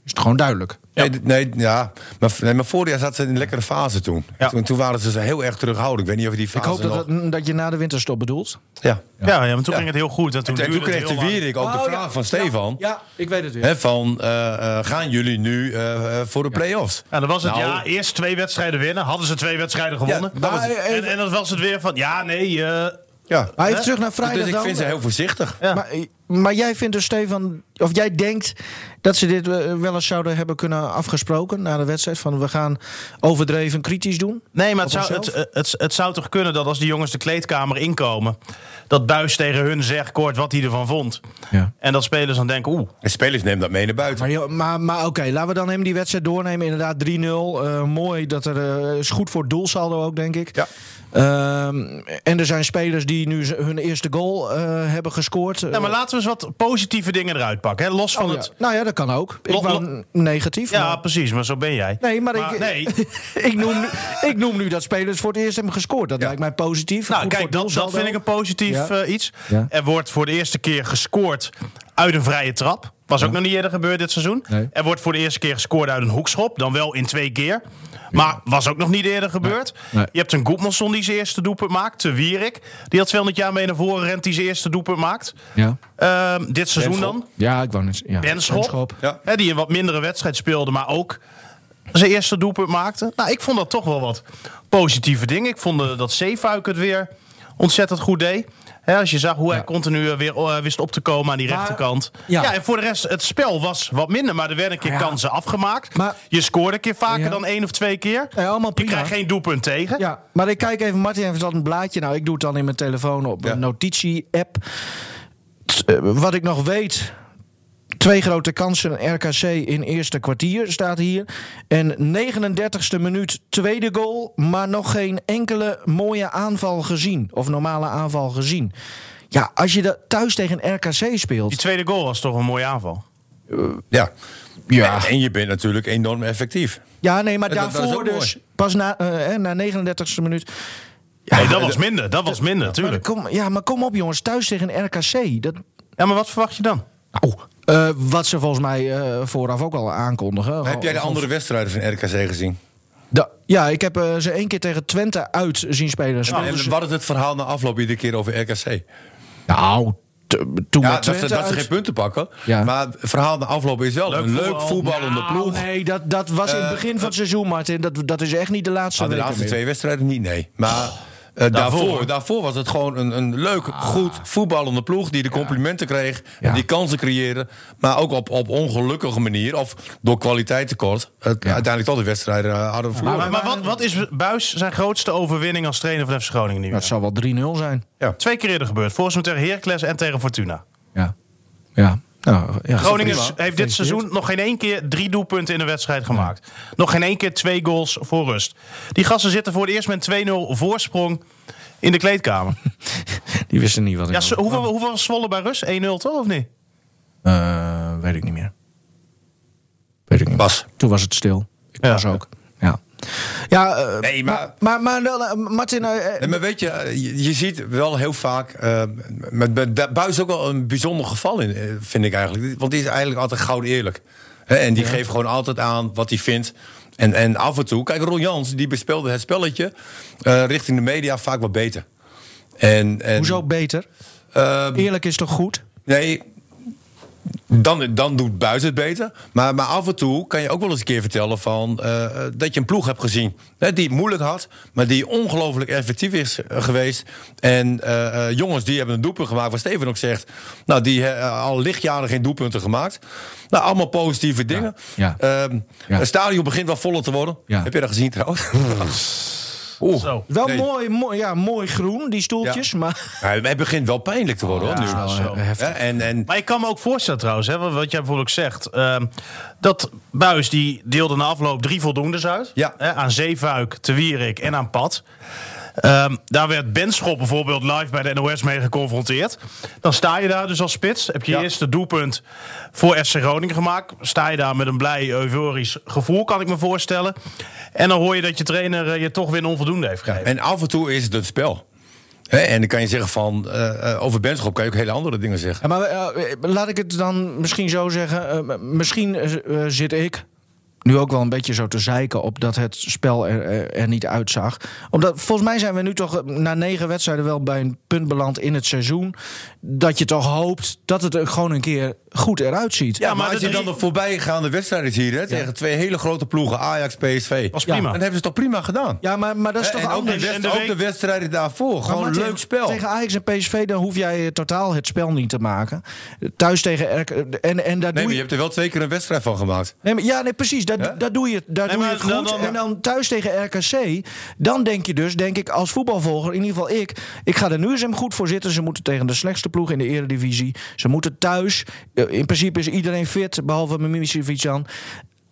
[SPEAKER 4] Is het gewoon duidelijk.
[SPEAKER 1] nee, d- nee, ja. Maar, nee, maar vorig jaar zaten ze in een lekkere fase toen.
[SPEAKER 2] Ja.
[SPEAKER 1] toen. Toen waren ze zo heel erg terughoudend. Ik weet niet of je die
[SPEAKER 4] Ik
[SPEAKER 1] fase
[SPEAKER 4] hoop dat,
[SPEAKER 1] nog...
[SPEAKER 4] dat, dat je na de winterstop bedoelt.
[SPEAKER 1] Ja.
[SPEAKER 2] Ja, ja, maar toen ging het heel goed. En toen,
[SPEAKER 1] En toen
[SPEAKER 2] duurde het
[SPEAKER 1] kreeg de
[SPEAKER 2] heel lang.
[SPEAKER 1] Wierik ook de vraag van Stefan...
[SPEAKER 4] Oh, Ja, ik weet het weer.
[SPEAKER 1] Hè, van, eh, eh, gaan jullie nu eh, eh, voor de play-offs?
[SPEAKER 2] Ja, dan was het
[SPEAKER 1] Nou,
[SPEAKER 2] ja, eerst twee wedstrijden winnen. Hadden ze twee wedstrijden gewonnen.
[SPEAKER 1] Ja, dat was het.
[SPEAKER 2] en, en dan was het weer van, ja, nee, eh,
[SPEAKER 1] Ja.
[SPEAKER 4] Maar even terug naar vrijdag
[SPEAKER 1] Dus ik
[SPEAKER 4] dan. eh,
[SPEAKER 1] vind ze heel voorzichtig.
[SPEAKER 2] Ja.
[SPEAKER 4] Maar, maar jij vindt dus, Stefan, of jij denkt dat ze dit eh, wel eens zouden hebben kunnen afgesproken na de wedstrijd? Van we gaan overdreven kritisch doen?
[SPEAKER 2] Nee, maar het
[SPEAKER 4] Op
[SPEAKER 2] zou, het,
[SPEAKER 4] onszelf?
[SPEAKER 2] het, het, zou toch kunnen dat als die jongens de kleedkamer inkomen... dat Buis tegen hun zegt kort wat hij ervan vond.
[SPEAKER 4] Ja.
[SPEAKER 2] En dat spelers dan denken, oeh,
[SPEAKER 1] De spelers nemen dat mee naar buiten.
[SPEAKER 4] Maar, joh, maar, maar oké, laten we dan hem die wedstrijd doornemen. Inderdaad, 3-0. Eh, mooi, dat er, eh, is goed voor het doelsaldo ook, denk ik.
[SPEAKER 1] Ja.
[SPEAKER 4] Ehm, en er zijn spelers die nu z- hun eerste goal eh, hebben gescoord.
[SPEAKER 2] Nou, maar laten we eens wat positieve dingen eruit pakken. Hè? Los van
[SPEAKER 4] Oh, ja.
[SPEAKER 2] het...
[SPEAKER 4] Nou ja, dat kan ook. Ik
[SPEAKER 2] Lo-
[SPEAKER 4] wou
[SPEAKER 2] lo-
[SPEAKER 4] negatief.
[SPEAKER 2] Ja,
[SPEAKER 4] maar-
[SPEAKER 2] precies, maar zo ben jij.
[SPEAKER 4] Nee, maar,
[SPEAKER 2] Maar
[SPEAKER 4] ik,
[SPEAKER 2] Nou. nee.
[SPEAKER 4] ik, noem, nu- ik noem nu dat spelers voor het eerst hebben gescoord. Dat lijkt mij positief.
[SPEAKER 2] Nou,
[SPEAKER 4] Goed voor
[SPEAKER 2] kijk,
[SPEAKER 4] het
[SPEAKER 2] dat, dat
[SPEAKER 4] doelsaldo.
[SPEAKER 2] vind ik een positief
[SPEAKER 4] Ja.
[SPEAKER 2] eh, iets.
[SPEAKER 4] Ja.
[SPEAKER 2] Er wordt voor de eerste keer gescoord uit een vrije trap. Was ook nog niet eerder gebeurd dit seizoen.
[SPEAKER 4] Nee.
[SPEAKER 2] Er wordt voor de eerste keer gescoord uit een hoekschop. Dan wel in twee keer. Maar was ook nog niet eerder gebeurd.
[SPEAKER 4] Nee.
[SPEAKER 2] Je hebt een Goedmanson die zijn eerste doelpunt maakt. Te Wierik. Die al 200 jaar mee naar voren rent. Die zijn eerste doelpunt maakt.
[SPEAKER 4] Ja,
[SPEAKER 2] Ehm, dit seizoen
[SPEAKER 1] Benschop.
[SPEAKER 2] dan.
[SPEAKER 4] ja ik wou net ja.
[SPEAKER 2] Benschop.
[SPEAKER 1] Ja.
[SPEAKER 2] Hè, die een wat mindere wedstrijd speelde, maar ook zijn eerste doelpunt maakte. Nou, ik vond dat toch wel wat positieve dingen. Ik vond eh, dat Zeefuik het weer ontzettend goed deed. Hè, als je zag hoe hij
[SPEAKER 4] Ja.
[SPEAKER 2] continu eh, weer eh, wist op te komen aan die rechterkant. Ja.
[SPEAKER 4] ja.
[SPEAKER 2] en voor de rest, het spel was wat minder. Maar er werden een keer kansen afgemaakt.
[SPEAKER 4] Maar-
[SPEAKER 2] je scoorde een keer vaker
[SPEAKER 4] Ja.
[SPEAKER 2] dan één of twee keer.
[SPEAKER 4] Ja, allemaal
[SPEAKER 2] je
[SPEAKER 4] prima.
[SPEAKER 2] krijgt geen doelpunt tegen.
[SPEAKER 4] Ja, maar ik kijk even, Martin heeft dat een blaadje. Nou, ik doe het dan in mijn telefoon op
[SPEAKER 1] Ja.
[SPEAKER 4] een notitie-app. T- eh, Wat ik nog weet, twee grote kansen RKC in eerste kwartier staat hier. En 39e minuut tweede goal, maar nog geen enkele mooie aanval gezien. Of normale aanval gezien. Ja, als je dat thuis tegen RKC
[SPEAKER 2] Die
[SPEAKER 4] speelt.
[SPEAKER 2] tweede goal was toch een mooie aanval.
[SPEAKER 1] Ja.
[SPEAKER 4] Ja. Oh,
[SPEAKER 1] En je bent natuurlijk enorm effectief.
[SPEAKER 4] Ja, nee, maar
[SPEAKER 1] Dat- dat is
[SPEAKER 4] daarvoor
[SPEAKER 1] ook mooi.
[SPEAKER 4] dus. Pas na, eh, hè, na 39e minuut.
[SPEAKER 2] nee, dat was minder. Dat was minder,
[SPEAKER 4] Maar
[SPEAKER 2] natuurlijk.
[SPEAKER 4] kom, ja, maar kom op jongens, thuis tegen RKC. Dat,
[SPEAKER 2] Ja, maar wat verwacht je dan?
[SPEAKER 4] Nou, eh, wat ze volgens mij eh, vooraf ook al aankondigen.
[SPEAKER 1] Maar heb jij de andere wedstrijden van RKC gezien?
[SPEAKER 4] Da- ja, ik heb eh, ze één keer tegen Twente uit zien spelen. Ze-
[SPEAKER 1] En wat is het verhaal na afloop iedere keer over RKC?
[SPEAKER 4] nou, t- toen
[SPEAKER 1] Ja,
[SPEAKER 4] met
[SPEAKER 1] dat,
[SPEAKER 4] Twente
[SPEAKER 1] ze, dat ze
[SPEAKER 4] uit-
[SPEAKER 1] geen punten pakken.
[SPEAKER 4] Ja.
[SPEAKER 1] Maar het verhaal na afloop is wel
[SPEAKER 2] Leuk
[SPEAKER 1] een leuk
[SPEAKER 2] voetbal.
[SPEAKER 1] voetballende
[SPEAKER 4] Nou,
[SPEAKER 1] ploeg. Eh,
[SPEAKER 4] Nee, dat, dat was in het begin van het seizoen, Martin. Dat, dat is echt niet de laatste
[SPEAKER 1] Ah, de
[SPEAKER 4] weken
[SPEAKER 1] laatste
[SPEAKER 4] meer.
[SPEAKER 1] twee wedstrijden niet, nee. Maar eh, daarvoor,
[SPEAKER 2] Oh, daarvoor. Ah.
[SPEAKER 1] daarvoor was het gewoon een, een leuk, goed voetballende ploeg... die de complimenten kreeg,
[SPEAKER 4] Ja.
[SPEAKER 1] die kansen creëerde... maar ook op, op ongelukkige manier of door kwaliteit tekort... het uiteindelijk tot de wedstrijden eh, hadden verloren.
[SPEAKER 2] Maar, maar wat, wat is Buis zijn grootste overwinning als trainer van FC Groningen nu?
[SPEAKER 4] Dat zou wel 3-0 zijn.
[SPEAKER 2] Twee keer eerder gebeurd. Volgens mij tegen Heracles en tegen Fortuna.
[SPEAKER 4] Ja. Ja. Nou, ja.
[SPEAKER 2] Groningen
[SPEAKER 4] prima.
[SPEAKER 2] heeft dit seizoen nog geen één keer drie doelpunten in een wedstrijd gemaakt. Nog geen één keer twee goals voor rust. Die gasten zitten voor het eerst met 2-0 voorsprong in de kleedkamer.
[SPEAKER 4] Die wisten niet wat ik
[SPEAKER 2] Ja,
[SPEAKER 4] had.
[SPEAKER 2] zo- hoeveel, hoeveel was Zwolle bij rust? 1-0 toch, of niet?
[SPEAKER 4] Eh, weet ik niet meer. Weet ik niet
[SPEAKER 1] Bas.
[SPEAKER 4] Toen was het stil. Ik
[SPEAKER 2] Ja.
[SPEAKER 4] was ook. Ja. Ja, eh,
[SPEAKER 1] Nee, maar-
[SPEAKER 4] Maar, maar, wel, eh, Martin... eh, eh,
[SPEAKER 1] Nee, maar weet je, eh, je, je ziet wel heel vaak. eh, met, met Bu- Buis ook wel een bijzonder geval in, eh, vind ik eigenlijk. Want die is eigenlijk altijd goud eerlijk. Hè, en die geeft gewoon altijd aan wat hij vindt. En, en af en toe, kijk, Ron Jans die bespeelde het spelletje eh, richting de media vaak wat beter. En, en,
[SPEAKER 4] hoezo beter?
[SPEAKER 1] eh,
[SPEAKER 4] Eerlijk is toch goed?
[SPEAKER 1] Nee, dan, dan doet Buis het beter. Maar, maar af en toe kan je ook wel eens een keer vertellen van, eh, eh, dat je een ploeg hebt gezien. Hè, die het moeilijk had, maar die ongelooflijk effectief is eh, geweest. En eh, eh, jongens die hebben een doelpunt gemaakt, wat Steven ook zegt. Nou, die eh, al lichtjaren geen doelpunten gemaakt. Nou, allemaal positieve dingen.
[SPEAKER 4] ja.
[SPEAKER 1] Ehm,
[SPEAKER 4] Ja.
[SPEAKER 1] Het stadion begint wel voller te worden.
[SPEAKER 4] Ja.
[SPEAKER 1] Heb je dat gezien trouwens? Oeh.
[SPEAKER 2] Zo.
[SPEAKER 4] Wel
[SPEAKER 1] Nee.
[SPEAKER 4] mooi, mooi, ja, mooi groen, die stoeltjes.
[SPEAKER 1] Ja.
[SPEAKER 4] Maar
[SPEAKER 1] Ja, het begint wel pijnlijk te worden hoor, nu.
[SPEAKER 4] wel, eh, heftig.
[SPEAKER 1] Hè, en, en,
[SPEAKER 2] Maar ik kan me ook voorstellen trouwens, hè, wat jij bijvoorbeeld ook zegt. ehm, dat Buis die deelde na afloop drie voldoendes uit.
[SPEAKER 1] Ja.
[SPEAKER 2] Hè, aan Zeefuik, Te Wierik en aan Pad. Ehm, daar werd Benschop bijvoorbeeld live bij de NOS mee geconfronteerd. Dan sta je daar dus als spits. Heb je
[SPEAKER 1] Ja.
[SPEAKER 2] eerst het doelpunt voor FC Groningen gemaakt. Sta je daar met een blij, euforisch gevoel, kan ik me voorstellen. En dan hoor je dat je trainer eh, je toch weer een onvoldoende heeft gegeven.
[SPEAKER 1] En af en toe is het het spel. Hè, en dan kan je zeggen van, eh, eh, over Benschop kan je ook hele andere dingen zeggen.
[SPEAKER 4] Ja, maar eh, eh, laat ik het dan misschien zo zeggen. eh, m- misschien eh, eh, zit ik nu ook wel een beetje zo te zeiken op dat het spel er, eh, er, er niet uitzag. Omdat volgens mij zijn we nu toch eh, na negen wedstrijden wel bij een punt beland in het seizoen. Dat je toch hoopt dat het er gewoon een keer goed eruit ziet.
[SPEAKER 1] Ja, maar,
[SPEAKER 2] maar
[SPEAKER 1] als
[SPEAKER 2] de
[SPEAKER 1] je dan
[SPEAKER 2] drie-
[SPEAKER 1] de voorbijgaande wedstrijden ziet... Hè, tegen twee hele grote ploegen, Ajax, PSV...
[SPEAKER 2] Was
[SPEAKER 1] Ja,
[SPEAKER 2] prima.
[SPEAKER 1] Dan hebben ze het toch prima gedaan.
[SPEAKER 4] Ja, maar, maar dat is
[SPEAKER 1] Hè,
[SPEAKER 4] toch
[SPEAKER 1] Eh, en ook de,
[SPEAKER 4] anders.
[SPEAKER 2] wedstrijd-
[SPEAKER 1] wedst-
[SPEAKER 2] En de
[SPEAKER 1] ook
[SPEAKER 2] week-
[SPEAKER 1] de wedstrijden daarvoor, gewoon
[SPEAKER 4] Maar
[SPEAKER 1] een
[SPEAKER 4] Martin,
[SPEAKER 1] leuk spel.
[SPEAKER 4] Tegen Ajax en PSV dan hoef jij eh, totaal het spel niet te maken. Eh, Thuis tegen RK... En, en daar
[SPEAKER 1] Nee,
[SPEAKER 4] doe
[SPEAKER 1] maar
[SPEAKER 4] je...
[SPEAKER 1] je hebt er wel twee keer een wedstrijd van gemaakt.
[SPEAKER 4] Nee, maar, ja, nee, precies. Daar,
[SPEAKER 1] Ja?
[SPEAKER 4] daar doe je, daar
[SPEAKER 2] Nee,
[SPEAKER 4] doe je
[SPEAKER 2] maar
[SPEAKER 4] het goed.
[SPEAKER 2] dan- dan-
[SPEAKER 4] en dan thuis tegen RKC. Dan denk je dus, denk ik als voetbalvolger, in ieder geval ik... ik ga er nu eens hem goed voor zitten. Ze moeten tegen de slechtste ploeg in de eredivisie. Ze moeten thuis. Eh, In principe is iedereen fit, behalve Mimicevic dan.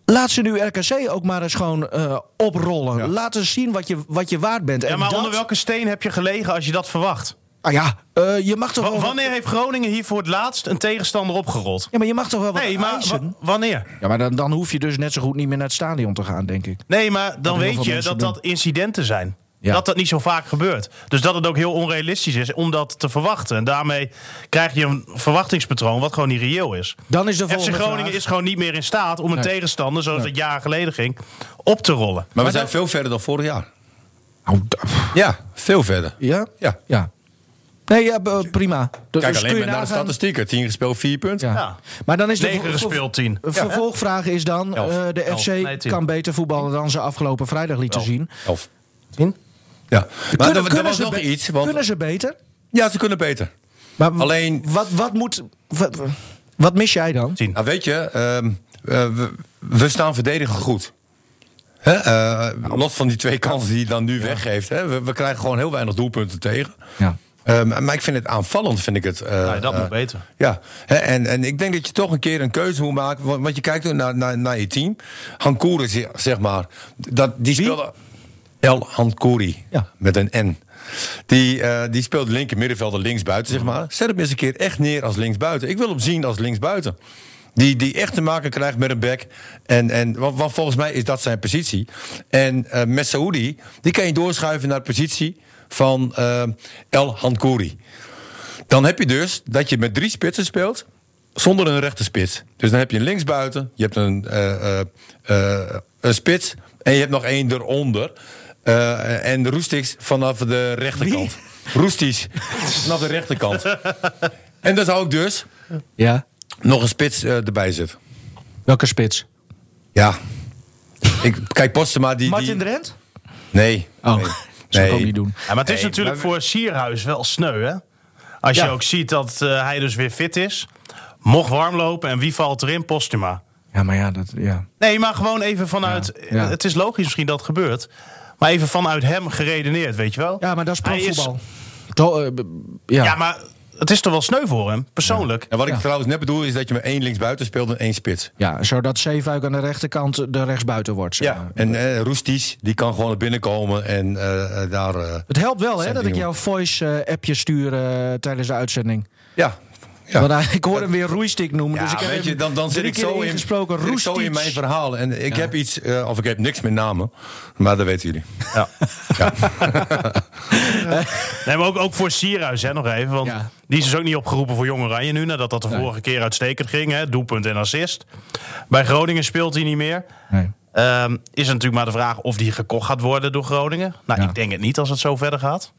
[SPEAKER 4] Laat ze nu RKC ook maar eens gewoon eh, oprollen. Laat eens zien wat je, wat je waard bent.
[SPEAKER 2] Ja,
[SPEAKER 4] En
[SPEAKER 2] maar
[SPEAKER 4] dat-
[SPEAKER 2] onder welke steen heb je gelegen als je dat verwacht?
[SPEAKER 4] Ah ja, eh, je mag toch
[SPEAKER 2] Wa-
[SPEAKER 4] wel...
[SPEAKER 2] Wanneer heeft Groningen hier voor het laatst een tegenstander opgerold?
[SPEAKER 4] Ja, maar je mag toch wel wat
[SPEAKER 2] Nee, maar
[SPEAKER 4] eisen?
[SPEAKER 2] wa- wanneer?
[SPEAKER 4] Ja, maar dan, dan hoef je dus net zo goed niet meer naar het stadion te gaan, denk ik.
[SPEAKER 2] Nee, maar dan
[SPEAKER 4] heel
[SPEAKER 2] weet
[SPEAKER 4] veel
[SPEAKER 2] je
[SPEAKER 4] mensen
[SPEAKER 2] dat
[SPEAKER 4] doen.
[SPEAKER 2] dat incidenten zijn.
[SPEAKER 4] Ja.
[SPEAKER 2] Dat dat niet zo vaak gebeurt. Dus dat het ook heel onrealistisch is om dat te verwachten. En daarmee krijg je een verwachtingspatroon wat gewoon niet reëel is.
[SPEAKER 4] Dan is de
[SPEAKER 2] FC
[SPEAKER 4] volgende
[SPEAKER 2] Groningen
[SPEAKER 4] vraag-
[SPEAKER 2] is gewoon niet meer in staat om een tegenstander, zoals het jaren geleden ging, op te rollen.
[SPEAKER 1] Maar we zijn veel verder dan vorig jaar.
[SPEAKER 4] Oh, d-
[SPEAKER 1] Ja, veel verder.
[SPEAKER 4] Ja?
[SPEAKER 1] Nou,
[SPEAKER 4] dus
[SPEAKER 1] Ja.
[SPEAKER 4] Ja. Nee, ja, b- prima. Dat
[SPEAKER 1] Kijk
[SPEAKER 4] dus
[SPEAKER 1] alleen
[SPEAKER 4] kun
[SPEAKER 1] maar
[SPEAKER 4] je
[SPEAKER 1] naar de
[SPEAKER 4] nagaan-
[SPEAKER 1] statistieken. 10 gespeeld, 4 punten.
[SPEAKER 4] Ja.
[SPEAKER 2] Ja.
[SPEAKER 4] Maar dan is de
[SPEAKER 2] 9
[SPEAKER 4] ver-
[SPEAKER 2] gespeeld, 10.
[SPEAKER 4] ver- vervolgvraag is dan,
[SPEAKER 2] Elf.
[SPEAKER 4] eh, de
[SPEAKER 2] Elf.
[SPEAKER 4] FC
[SPEAKER 2] Nee, tien.
[SPEAKER 4] kan beter voetballen dan ze afgelopen vrijdag lieten zien.
[SPEAKER 1] 11.
[SPEAKER 4] In?
[SPEAKER 1] Ja. Maar
[SPEAKER 4] Kunnen-
[SPEAKER 1] dat- dat
[SPEAKER 4] kunnen
[SPEAKER 1] was
[SPEAKER 4] ze
[SPEAKER 1] nog
[SPEAKER 4] be-
[SPEAKER 1] iets. Want,
[SPEAKER 4] Kunnen ze beter?
[SPEAKER 1] ja, ze kunnen beter.
[SPEAKER 4] Maar w-
[SPEAKER 1] Alleen-
[SPEAKER 4] Wat, wat moet... Wat, wat mis jij dan?
[SPEAKER 2] Tien.
[SPEAKER 1] Nou, weet je, ehm, eh, we, we staan verdedigend goed. Hè? eh, los van die twee kansen die hij dan nu weggeeft. Hè? We, we krijgen gewoon heel weinig doelpunten tegen.
[SPEAKER 4] Ja.
[SPEAKER 1] Ehm, maar ik vind het aanvallend, vind ik het. eh,
[SPEAKER 2] Ja, Nou, dat
[SPEAKER 1] eh,
[SPEAKER 2] moet beter.
[SPEAKER 1] Ja, hè, en, en ik denk dat je toch een keer een keuze moet maken. Want, want je kijkt ook naar, naar, naar je team. Hankouri, zeg- zeg maar. Dat, die speelde... El Hankouri,
[SPEAKER 4] Ja.
[SPEAKER 1] met een N. Die, eh, die speelde linker middenvelder linksbuiten, zeg maar. Zet hem eens een keer echt neer als linksbuiten. Ik wil hem zien als linksbuiten. Die, die echt te maken krijgt met een back. En, en, want, want volgens mij is dat zijn positie. En eh met Saoudi, die kan je doorschuiven naar de positie van eh, El Hankouri. Dan heb je dus dat je met drie spitsen speelt zonder een rechte spits. Dus dan heb je een linksbuiten, je hebt een, eh, eh, eh, een spits en je hebt nog één eronder. Eh, en Roestiks vanaf de rechterkant. Roestisch vanaf de rechterkant. en dan zou ik dus
[SPEAKER 4] Ja.
[SPEAKER 1] nog een spits eh, erbij zitten.
[SPEAKER 4] Welke spits?
[SPEAKER 1] Ja. Ik, kijk, Postema die... die-
[SPEAKER 4] Martin Drent?
[SPEAKER 1] Nee.
[SPEAKER 4] Oh,
[SPEAKER 1] nee.
[SPEAKER 4] zou
[SPEAKER 1] Nee.
[SPEAKER 4] ik ook niet doen.
[SPEAKER 2] Ja, maar het is
[SPEAKER 1] Nee,
[SPEAKER 2] natuurlijk
[SPEAKER 1] maar
[SPEAKER 2] voor Sierhuis wel sneu, hè? Als je ook ziet dat eh, hij dus weer fit is. Mocht warm lopen en wie valt erin? Postuma.
[SPEAKER 4] Ja, maar ja, dat... Ja.
[SPEAKER 2] Nee, maar gewoon even vanuit...
[SPEAKER 4] Ja, ja.
[SPEAKER 2] Het is logisch misschien dat het gebeurt. Maar even vanuit hem geredeneerd, weet je wel?
[SPEAKER 4] Ja, maar dat is
[SPEAKER 2] Hij
[SPEAKER 4] profvoetbal. To- eh, b- ja.
[SPEAKER 2] Ja, maar het is toch wel sneu voor hem, persoonlijk.
[SPEAKER 1] En wat ik
[SPEAKER 4] Ja.
[SPEAKER 1] trouwens net bedoel is dat je met één linksbuiten speelt en één spits.
[SPEAKER 4] ja, zodat Zeefuik aan de rechterkant eh, de rechtsbuiten wordt. zeg maar.
[SPEAKER 1] Ja, en eh Roesties, die kan gewoon naar binnen komen en eh, eh, daar... eh,
[SPEAKER 4] Het helpt wel hè,
[SPEAKER 1] Zijn
[SPEAKER 4] dat ik
[SPEAKER 1] dingen.
[SPEAKER 4] jouw voice-appje stuur eh, tijdens de uitzending.
[SPEAKER 1] ja, ja.
[SPEAKER 4] Want hij- ik hoor hem weer roeistick noemen.
[SPEAKER 1] Ja,
[SPEAKER 4] dus ik heb
[SPEAKER 1] weet
[SPEAKER 4] hem
[SPEAKER 1] je, dan, dan
[SPEAKER 4] drie
[SPEAKER 1] zit ik
[SPEAKER 4] keer
[SPEAKER 1] zo in,
[SPEAKER 4] ingesproken.
[SPEAKER 1] zit ik zo in
[SPEAKER 4] Roestic.
[SPEAKER 1] mijn verhaal. En ik heb iets, eh, of ik heb niks met namen, maar dat weten jullie.
[SPEAKER 2] Nee, maar ook, ook voor Sierhuis, hè, nog even. Want
[SPEAKER 4] Ja.
[SPEAKER 2] die is dus ook niet opgeroepen voor Jong Oranje nu. Nadat dat de vorige keer uitstekend ging. Hè, doelpunt en assist. Bij Groningen speelt hij niet meer.
[SPEAKER 4] Nee.
[SPEAKER 2] Ehm, is er natuurlijk maar de vraag of die gekocht gaat worden door Groningen. Nou,
[SPEAKER 4] Ja.
[SPEAKER 2] ik denk het niet als het zo verder gaat.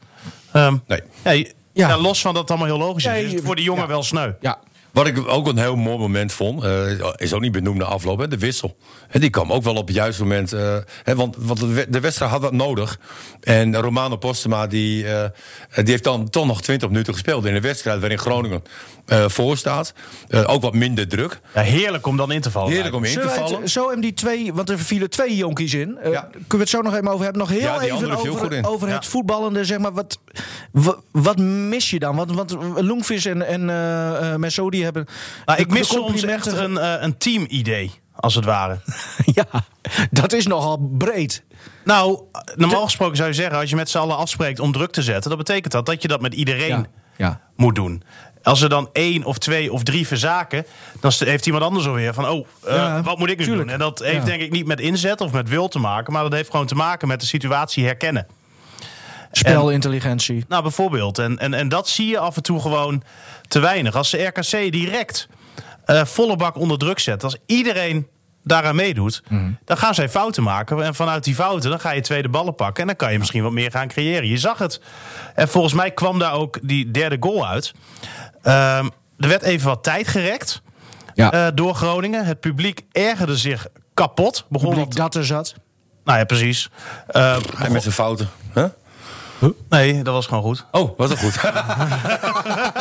[SPEAKER 2] Ehm,
[SPEAKER 1] Nee.
[SPEAKER 2] ja, je-
[SPEAKER 4] Ja.
[SPEAKER 2] ja, los van dat het allemaal heel logisch is,
[SPEAKER 4] Nee,
[SPEAKER 2] is, het voor de jongen
[SPEAKER 4] ja.
[SPEAKER 2] wel sneu.
[SPEAKER 4] Ja,
[SPEAKER 1] Wat ik ook een heel mooi moment vond, eh, is ook niet benoemd na afloop, hè, de wissel. Hè, die kwam ook wel op het juiste moment. eh, hè, want want de we- de wedstrijd had dat nodig. En Romano Postema die, eh, die heeft dan toch nog 20 minuten gespeeld in een wedstrijd waarin Groningen eh, voor staat. Eh, ook wat minder druk.
[SPEAKER 2] Ja, heerlijk om dan in te
[SPEAKER 4] Oh,
[SPEAKER 2] vallen.
[SPEAKER 1] Heerlijk om in te
[SPEAKER 4] Zullen wij het
[SPEAKER 1] vallen.
[SPEAKER 4] zo hem die twee, want er vielen twee jonkies in. Eh,
[SPEAKER 1] Ja.
[SPEAKER 4] Kunnen we het zo nog even over hebben? Nog heel
[SPEAKER 1] Ja, die
[SPEAKER 4] even
[SPEAKER 1] andere viel goed
[SPEAKER 4] over,
[SPEAKER 1] in.
[SPEAKER 4] over het
[SPEAKER 2] Ja.
[SPEAKER 4] voetballende, zeg maar. Wat, wa- wat mis je dan? Want, want Loengvis en, en eh, eh, Mesodi hebben...
[SPEAKER 2] Nou,
[SPEAKER 4] de-
[SPEAKER 2] ik mis
[SPEAKER 4] de
[SPEAKER 2] soms echt
[SPEAKER 4] complimenten-
[SPEAKER 2] een, eh, een team-idee, als het ware.
[SPEAKER 4] Ja, dat is nogal breed.
[SPEAKER 2] nou, normaal gesproken zou je zeggen, als je met z'n allen afspreekt om druk te zetten... dan betekent dat dat je dat met iedereen
[SPEAKER 4] ja.
[SPEAKER 2] moet doen. Als er dan één of twee of drie verzaken, dan st- heeft iemand anders alweer van, oh, eh,
[SPEAKER 4] Ja,
[SPEAKER 2] wat moet ik nu
[SPEAKER 4] tuurlijk.
[SPEAKER 2] doen? En dat heeft
[SPEAKER 4] Ja.
[SPEAKER 2] denk ik niet met inzet of met wil te maken, maar dat heeft gewoon te maken met de situatie herkennen.
[SPEAKER 4] Spelintelligentie.
[SPEAKER 2] Nou, bijvoorbeeld. En, en, en dat zie je af en toe gewoon te weinig. Als de RKC direct eh, volle bak onder druk zet, als iedereen daaraan meedoet, dan gaan zij fouten maken. En vanuit die fouten, dan ga je tweede ballen pakken. En dan kan je misschien wat meer gaan creëren. Je zag het. En volgens mij kwam daar ook die derde goal uit. Ehm, er werd even wat tijd gerekt
[SPEAKER 4] Ja.
[SPEAKER 2] eh, door Groningen. Het publiek ergerde zich kapot. Begon
[SPEAKER 4] Publiek
[SPEAKER 2] wat-
[SPEAKER 4] dat er zat.
[SPEAKER 2] Nou ja, precies. Eh,
[SPEAKER 1] En met zijn fouten. hè?
[SPEAKER 2] nee, dat was gewoon goed.
[SPEAKER 1] Oh, was dat goed.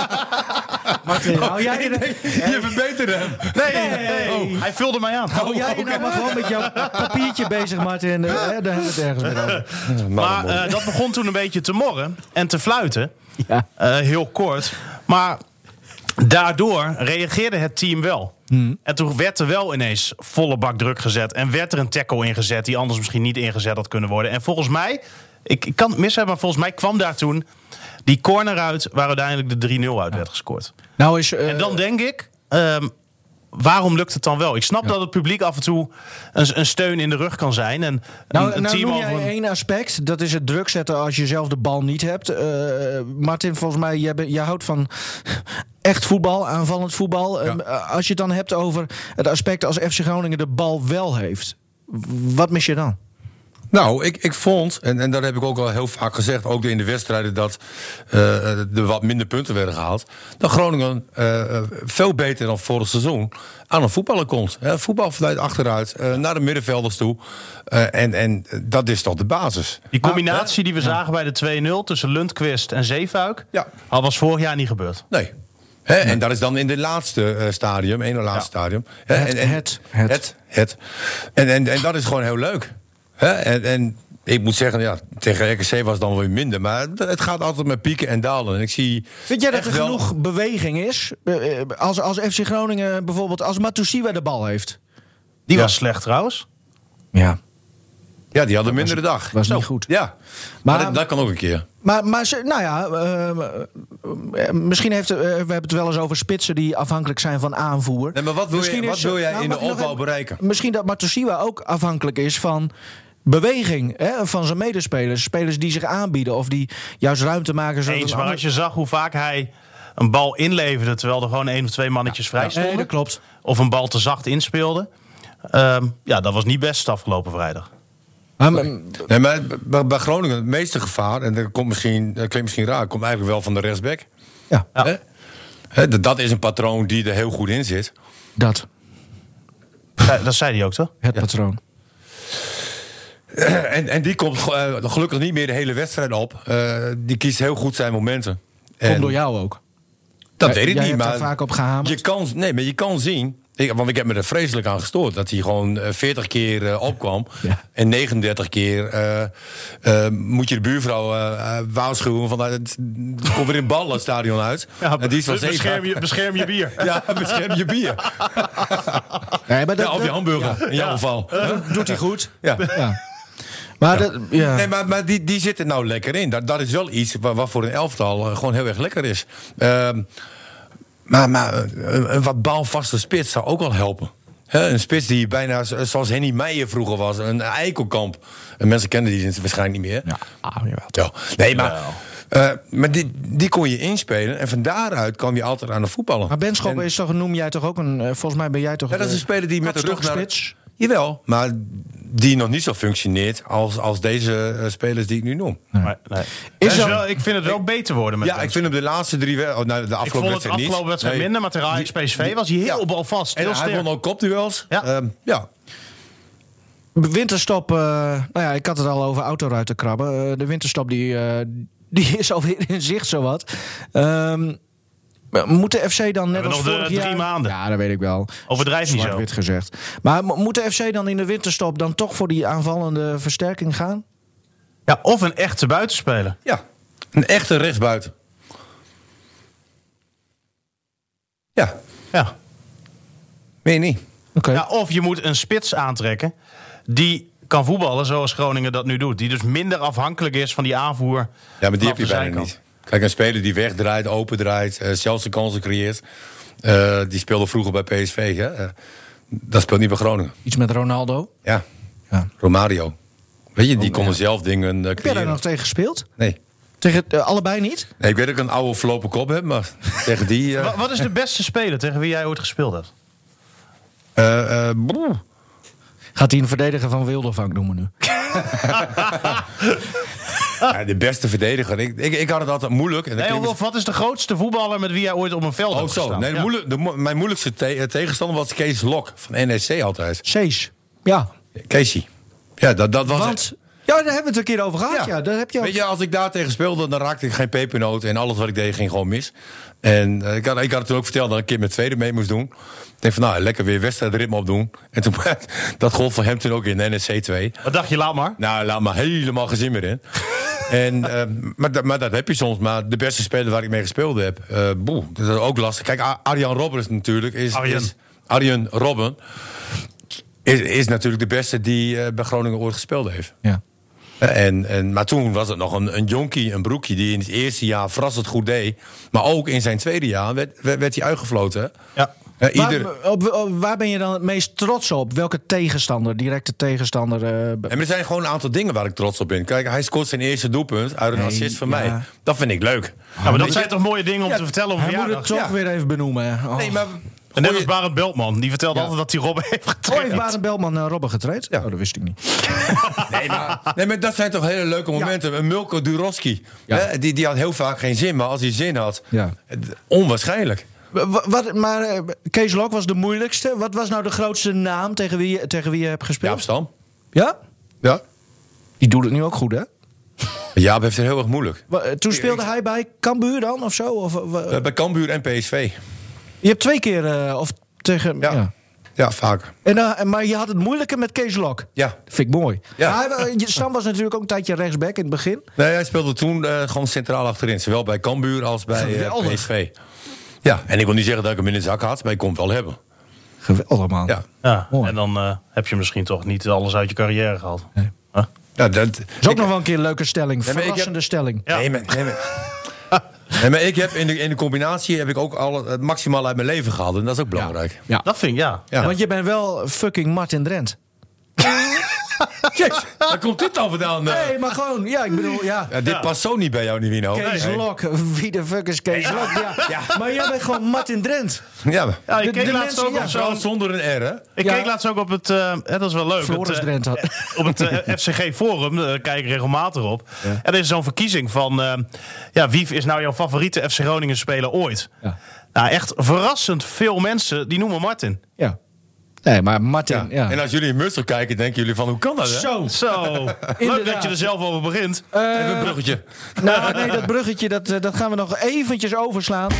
[SPEAKER 4] Martin, hou nou, jij je,
[SPEAKER 1] Je verbeterde hem.
[SPEAKER 2] Nee, Oh, hij vulde mij aan.
[SPEAKER 4] hou jij je nou maar gewoon met jouw papiertje bezig, Martin. Eh, daar hebben we het ergens mee
[SPEAKER 1] Nou,
[SPEAKER 4] over.
[SPEAKER 2] Maar eh, dat begon toen een beetje te morren en te fluiten.
[SPEAKER 4] Ja.
[SPEAKER 2] Eh, heel kort. Maar daardoor reageerde het team wel.
[SPEAKER 4] Hmm.
[SPEAKER 2] En toen werd er wel ineens volle bak druk gezet. En werd er een tackle ingezet die anders misschien niet ingezet had kunnen worden. En volgens mij, ik, ik kan het mis hebben, maar volgens mij kwam daar toen die corner uit waar uiteindelijk de 3-0 uit werd gescoord.
[SPEAKER 4] Nou is... eh,
[SPEAKER 2] En dan denk ik, ehm, waarom lukt het dan wel? Ik snap dat het publiek af en toe een, een steun in de rug kan zijn. En
[SPEAKER 4] Nou,
[SPEAKER 2] een, een
[SPEAKER 4] nou
[SPEAKER 2] team
[SPEAKER 4] noem
[SPEAKER 2] over
[SPEAKER 4] jij
[SPEAKER 2] een-
[SPEAKER 4] één aspect. Dat is het druk zetten als je zelf de bal niet hebt. Eh, Martin, volgens mij, jij, bent- jij houdt van echt voetbal, aanvallend voetbal. Eh, als je het dan hebt over het aspect als FC Groningen de bal wel heeft. Wat mis je dan?
[SPEAKER 1] Nou, ik, ik vond, en, en dat heb ik ook al heel vaak gezegd, ook in de wedstrijden dat eh, er wat minder punten werden gehaald, dat Groningen eh, eh, veel beter dan vorig seizoen aan een voetballer komt. Hè, voetbal vanuit achteruit, eh, naar de middenvelders toe. Eh, en, en dat is toch de basis.
[SPEAKER 2] Die combinatie die we zagen bij de 2-0 tussen Lundqvist en Zeefuik,
[SPEAKER 1] Ja.
[SPEAKER 2] al was vorig jaar niet gebeurd.
[SPEAKER 1] Nee. Hè, En dat is dan in dit laatste eh, stadium, één laatste stadium. Hè,
[SPEAKER 4] Het,
[SPEAKER 1] en, en-
[SPEAKER 4] het, het.
[SPEAKER 1] het, het. En, en, en dat is gewoon heel leuk. Hè, En, en ik moet zeggen, ja, tegen RKC was het dan weer minder. Maar het- het gaat altijd met pieken en dalen. En ik zie
[SPEAKER 4] Vind jij dat er
[SPEAKER 1] echt wel-
[SPEAKER 4] genoeg beweging is? Eh, eh, Als, als FC Groningen bijvoorbeeld, als Matusiwa de bal heeft.
[SPEAKER 2] Die
[SPEAKER 1] Ja.
[SPEAKER 2] was slecht trouwens.
[SPEAKER 4] Ja,
[SPEAKER 1] Ja, die had een mindere dag.
[SPEAKER 4] was niet goed.
[SPEAKER 1] Ja, maar, dat, dat kan ook een keer.
[SPEAKER 4] Maar, maar ze- nou ja, eh, eh, misschien heeft, eh, we hebben het wel eens over spitsen die afhankelijk zijn van aanvoer.
[SPEAKER 1] Nee, maar wat wil
[SPEAKER 4] Misschien
[SPEAKER 1] jij-
[SPEAKER 4] is- nou,
[SPEAKER 1] wat wil jij in
[SPEAKER 4] mag
[SPEAKER 1] de
[SPEAKER 4] ik nog
[SPEAKER 1] opbouw
[SPEAKER 4] even-
[SPEAKER 1] bereiken?
[SPEAKER 4] Misschien dat Matusiwa ook afhankelijk is van beweging hè, van zijn medespelers. Spelers die zich aanbieden of die juist ruimte maken. zodat
[SPEAKER 2] Eens,
[SPEAKER 4] een
[SPEAKER 2] maar
[SPEAKER 4] ander-
[SPEAKER 2] als je zag hoe vaak hij een bal inleverde terwijl er gewoon één of twee mannetjes vrij
[SPEAKER 4] Nee,
[SPEAKER 2] stonden.
[SPEAKER 4] dat klopt.
[SPEAKER 2] Of een bal te zacht inspeelde. Ehm, ja, dat was niet best afgelopen vrijdag.
[SPEAKER 4] Ah, Maar, maar-
[SPEAKER 1] Nee, maar bij, bij Groningen het meeste gevaar, en dat, komt misschien, dat klinkt misschien raar, komt eigenlijk wel van de rechtsback.
[SPEAKER 4] ja,
[SPEAKER 2] Ja.
[SPEAKER 1] Hè? Hè, dat- dat is een patroon die er heel goed in zit.
[SPEAKER 4] dat.
[SPEAKER 2] Zei- Dat zei hij ook, toch?
[SPEAKER 4] Het patroon.
[SPEAKER 1] En, en die komt eh, gelukkig niet meer de hele wedstrijd op. Eh, die kiest heel goed zijn momenten. En
[SPEAKER 4] Komt door jou ook.
[SPEAKER 1] Dat
[SPEAKER 4] Jij-
[SPEAKER 1] weet ik
[SPEAKER 4] jij
[SPEAKER 1] niet,
[SPEAKER 4] hebt
[SPEAKER 1] maar...
[SPEAKER 4] daar vaak op gehamerd.
[SPEAKER 1] Je kan, nee, maar je kan zien... Ik, want ik heb me er vreselijk aan gestoord. Dat hij gewoon eh, 40 keer eh, opkwam.
[SPEAKER 4] Ja.
[SPEAKER 1] En 39 keer eh, eh, moet je de buurvrouw eh, eh, waarschuwen. Van, eh, het komt weer in ballen het stadion uit. en die is wel
[SPEAKER 2] be- bescherm,
[SPEAKER 1] zeker.
[SPEAKER 2] je, bescherm je bier.
[SPEAKER 1] Ja, bescherm je bier.
[SPEAKER 4] Nee, maar dat,
[SPEAKER 1] Ja, of je
[SPEAKER 4] dat
[SPEAKER 1] hamburger, in jouw geval.
[SPEAKER 4] doet hij goed.
[SPEAKER 1] Ja.
[SPEAKER 4] Ja. Maar dat, ja.
[SPEAKER 1] Nee, maar, maar die, die zit er nou lekker in. Dat, dat is wel iets wa- wat, voor een elftal eh, gewoon heel erg lekker is. Ehm, maar maar eh, een, een wat balvaste spits zou ook wel helpen. Hè, een spits die bijna zo- zoals Henny Meijer vroeger was. Een eikelkamp. En mensen kennen die waarschijnlijk niet meer. Ja,
[SPEAKER 4] Ah,
[SPEAKER 1] Nee, maar, eh, maar die, die kon je inspelen. En van daaruit kwam je altijd aan de voetballen.
[SPEAKER 4] Maar Benschop
[SPEAKER 1] En-
[SPEAKER 4] is toch, noem jij toch ook een. eh, Volgens mij ben jij toch.
[SPEAKER 1] ja, dat is een
[SPEAKER 4] eh,
[SPEAKER 1] speler die met de rug naar...
[SPEAKER 4] kapstokspits?
[SPEAKER 1] Jawel, maar die nog niet zo functioneert als, als deze eh, spelers die ik nu noem.
[SPEAKER 2] Nee, nee. Dus
[SPEAKER 4] dat-
[SPEAKER 2] wel, ik vind het wel beter worden met
[SPEAKER 1] Ja, ik
[SPEAKER 2] Benschop.
[SPEAKER 1] vind hem de laatste drie wed- oh, nou, de
[SPEAKER 2] Ik
[SPEAKER 1] afgelopen
[SPEAKER 2] vond het
[SPEAKER 1] wedstrijd niet.
[SPEAKER 2] afgelopen wedstrijd
[SPEAKER 1] Nee.
[SPEAKER 2] minder, maar tegen Ajax PSV was hij heel
[SPEAKER 1] Ja.
[SPEAKER 2] balvast.
[SPEAKER 1] En
[SPEAKER 2] Heel
[SPEAKER 1] hij
[SPEAKER 2] sterk.
[SPEAKER 1] won ook kopduels.
[SPEAKER 2] Ja.
[SPEAKER 1] Ehm, ja.
[SPEAKER 4] Winterstop, eh, nou ja, ik had het al over autoruiten krabben. Eh, de winterstop die, eh, die is alweer in zicht, zowat. Ehm, maar moet de FC dan net
[SPEAKER 2] Hebben
[SPEAKER 4] als
[SPEAKER 2] nog de
[SPEAKER 4] vorig
[SPEAKER 2] drie
[SPEAKER 4] jaar...
[SPEAKER 2] maanden.
[SPEAKER 4] Ja, dat weet ik wel.
[SPEAKER 2] Overdrijf niet zo.
[SPEAKER 4] Zwart-wit gezegd. Maar mo- moet de FC dan in de winterstop dan toch voor die aanvallende versterking gaan?
[SPEAKER 2] Ja, of een echte buitenspeler.
[SPEAKER 1] ja. Een echte rechtsbuiten. Ja,
[SPEAKER 2] Ja.
[SPEAKER 1] meer niet.
[SPEAKER 4] Oké.
[SPEAKER 2] Ja, Nou, of je moet een spits aantrekken die kan voetballen zoals Groningen dat nu doet. Die dus minder afhankelijk is van die aanvoer.
[SPEAKER 1] Ja, maar die
[SPEAKER 2] vanaf
[SPEAKER 1] heb je
[SPEAKER 2] de
[SPEAKER 1] bijna
[SPEAKER 2] zijkant.
[SPEAKER 1] niet. Kijk, een speler die wegdraait, opendraait, eh, zelfs de kansen creëert. Eh, die speelde vroeger bij PSV. Hè? Eh, dat speelt niet bij Groningen.
[SPEAKER 4] Iets met Ronaldo.
[SPEAKER 1] Ja.
[SPEAKER 4] Ja.
[SPEAKER 1] Romario. Weet je,
[SPEAKER 2] Oh,
[SPEAKER 1] die konden zelf dingen eh,
[SPEAKER 4] Heb jij daar
[SPEAKER 1] creëren.
[SPEAKER 4] nog tegen gespeeld?
[SPEAKER 1] Nee.
[SPEAKER 4] Tegen eh, allebei niet?
[SPEAKER 1] nee, ik weet dat ik een oude verlopen kop heb, maar tegen die... eh,
[SPEAKER 2] Wa- wat is de beste speler tegen wie jij ooit gespeeld hebt?
[SPEAKER 1] eh, eh, broer.
[SPEAKER 4] Gaat hij een verdediger van Wildervank noemen nu?
[SPEAKER 1] Ja, de beste verdediger. Ik, ik, ik had het altijd moeilijk. En dat
[SPEAKER 2] Nee,
[SPEAKER 1] klinkt
[SPEAKER 4] dus-
[SPEAKER 2] of wat is de grootste voetballer met wie jij ooit op een veld
[SPEAKER 1] misschien-
[SPEAKER 2] hebt
[SPEAKER 1] Oh, zo.
[SPEAKER 2] gestaan?
[SPEAKER 1] Nee, de
[SPEAKER 2] Ja.
[SPEAKER 1] moeilijk- de mo- mijn moeilijkste te- eh, tegenstander was Kees Lok van NEC altijd.
[SPEAKER 4] Sees. Ja,
[SPEAKER 1] Keesie. Ja, dat, dat was.
[SPEAKER 4] want... Ja, daar hebben we het een keer over gehad. Ja, daar heb je ook...
[SPEAKER 1] Weet je, als ik daar tegen speelde, dan raakte ik geen pepernoot. En alles wat ik deed ging gewoon mis. En eh, ik, had, ik had het toen ook verteld dat ik een keer met tweede mee moest doen. Ik denk van, nou, lekker weer wedstrijdritme opdoen. En toen, dat gold voor hem toen ook in E NEC 2.
[SPEAKER 2] Wat dacht je, laat maar.
[SPEAKER 1] Nou, laat me helemaal geen zin meer in. en, eh, maar, dat- maar dat heb je soms. Maar de beste speler waar ik mee gespeeld heb, eh, boe, dat is ook lastig. Kijk, A- Arjan Robbers natuurlijk is.
[SPEAKER 2] Arjen.
[SPEAKER 1] is- Arjen Robben is, is natuurlijk de beste die eh, bij Groningen ooit gespeeld heeft.
[SPEAKER 4] Ja.
[SPEAKER 1] Eh, En, en, maar toen was het nog een, een jonkie, een broekje, die in het eerste jaar verrassend goed deed. Maar ook in zijn tweede jaar werd, werd, werd hij uitgefloten.
[SPEAKER 2] Ja.
[SPEAKER 1] Ja, ieder,
[SPEAKER 4] Waar, op- op- waar ben je dan het meest trots op? Welke tegenstander, directe tegenstander? eh, be-
[SPEAKER 1] En er zijn gewoon een aantal dingen waar ik trots op ben. Kijk, hij scoort zijn eerste doelpunt uit een
[SPEAKER 4] Nee,
[SPEAKER 1] assist van
[SPEAKER 4] ja.
[SPEAKER 1] mij. Dat vind ik leuk.
[SPEAKER 2] Ja, maar dat zijn toch mooie dingen om te vertellen op
[SPEAKER 4] hij moet het
[SPEAKER 2] verjaardag.
[SPEAKER 4] toch
[SPEAKER 1] ja.
[SPEAKER 4] weer even benoemen. hè. Oh.
[SPEAKER 1] Nee, maar...
[SPEAKER 2] En net als Barend Beltman, die vertelde altijd dat hij Robben heeft
[SPEAKER 4] Oh, heeft
[SPEAKER 2] getraind.
[SPEAKER 4] Barend Belman naar Robben getraind?
[SPEAKER 1] Ja.
[SPEAKER 4] Oh, dat wist ik niet.
[SPEAKER 1] Nee, maar, nee, maar dat zijn toch hele leuke momenten. Een Milko Duroski, hè, die, die had heel vaak geen zin. Maar als hij zin had,
[SPEAKER 4] Ja.
[SPEAKER 1] het- onwaarschijnlijk.
[SPEAKER 4] Wa- wa- Wat, maar eh, Kees Lok was de moeilijkste. Wat was nou de grootste naam tegen wie, je- tegen wie je hebt
[SPEAKER 1] Jaap
[SPEAKER 4] gespeeld?
[SPEAKER 1] Stam.
[SPEAKER 4] Ja?
[SPEAKER 1] Ja.
[SPEAKER 4] Die doet het nu ook goed, hè?
[SPEAKER 1] Jaap heeft het heel erg moeilijk.
[SPEAKER 4] Wa- eh, Toen speelde hij bij Cambuur dan of zo? Of, eh, wa-
[SPEAKER 1] Eh, bij Cambuur en PSV.
[SPEAKER 4] je hebt twee keer eh, of tegen. Ja.
[SPEAKER 1] Ja. Ja, vaak.
[SPEAKER 4] En, eh, maar je had het moeilijker met Kees Lok.
[SPEAKER 1] Ja.
[SPEAKER 4] Dat vind ik mooi.
[SPEAKER 1] Ja.
[SPEAKER 4] Maar hij wa- je- Sam was natuurlijk ook een tijdje rechtsback in het begin.
[SPEAKER 1] Nee, hij speelde toen eh, gewoon centraal achterin. Zowel bij Cambuur als bij eh,
[SPEAKER 4] Geweldig.
[SPEAKER 1] PSV. Ja, en ik wil niet zeggen dat ik hem in de zak had, maar ik kon het wel hebben.
[SPEAKER 4] Geweldig, man.
[SPEAKER 1] Ja.
[SPEAKER 2] Ja,
[SPEAKER 4] Mooi.
[SPEAKER 2] en dan eh, heb je misschien toch niet alles uit je carrière gehad. Huh?
[SPEAKER 1] Ja, dat,
[SPEAKER 4] Dat is ook
[SPEAKER 1] ik-
[SPEAKER 4] nog wel een keer een leuke stelling.
[SPEAKER 1] maar ik heb-
[SPEAKER 4] Verrassende stelling.
[SPEAKER 2] Ja.
[SPEAKER 1] Nee, maar, nee, maar, nee, maar ik heb in de, in de combinatie heb ik ook al het maximaal uit mijn leven gehaald. En dat is ook belangrijk.
[SPEAKER 4] Ja.
[SPEAKER 2] Dat vind ik, ja.
[SPEAKER 1] Ja.
[SPEAKER 4] Want je bent wel fucking Martin Drent.
[SPEAKER 1] Jezus, waar komt dit dan vandaan? eh?
[SPEAKER 4] Nee, maar gewoon, ja, ik bedoel, ja.
[SPEAKER 1] Ja, dit past zo niet bij jou, Nivino.
[SPEAKER 4] Kees Lok, wie de fuck is Kees Lok? Ja. Maar jij bent gewoon Martin Drent.
[SPEAKER 1] Ja, maar-
[SPEAKER 2] Ja,
[SPEAKER 4] De-
[SPEAKER 2] ik keek
[SPEAKER 4] de
[SPEAKER 2] laatst
[SPEAKER 4] mensen,
[SPEAKER 2] ook
[SPEAKER 4] ja.
[SPEAKER 2] op
[SPEAKER 1] Wel
[SPEAKER 2] zo'n...
[SPEAKER 1] zonder een R, hè?
[SPEAKER 2] Ik
[SPEAKER 4] Ja.
[SPEAKER 2] keek laatst ook op het, eh, hè, dat is wel leuk.
[SPEAKER 4] Floris
[SPEAKER 2] het, eh,
[SPEAKER 4] Drent had-
[SPEAKER 2] eh, op het eh, FCG Forum, eh, daar kijk ik regelmatig op. En er is zo'n verkiezing van, eh, ja, wie is nou jouw favoriete FC Groningen speler ooit?
[SPEAKER 4] Ja.
[SPEAKER 2] Nou, echt verrassend veel mensen, die noemen Martin.
[SPEAKER 4] Ja. Nee, maar Martin, ja.
[SPEAKER 1] En als jullie in Muster kijken, denken jullie van, hoe kan dat, hè?
[SPEAKER 4] Zo.
[SPEAKER 2] Zo, leuk dat
[SPEAKER 4] Inderdaad.
[SPEAKER 2] je er zelf over begint.
[SPEAKER 1] Even een bruggetje.
[SPEAKER 4] Nou, nee, dat bruggetje, dat, eh, dat gaan we nog eventjes overslaan.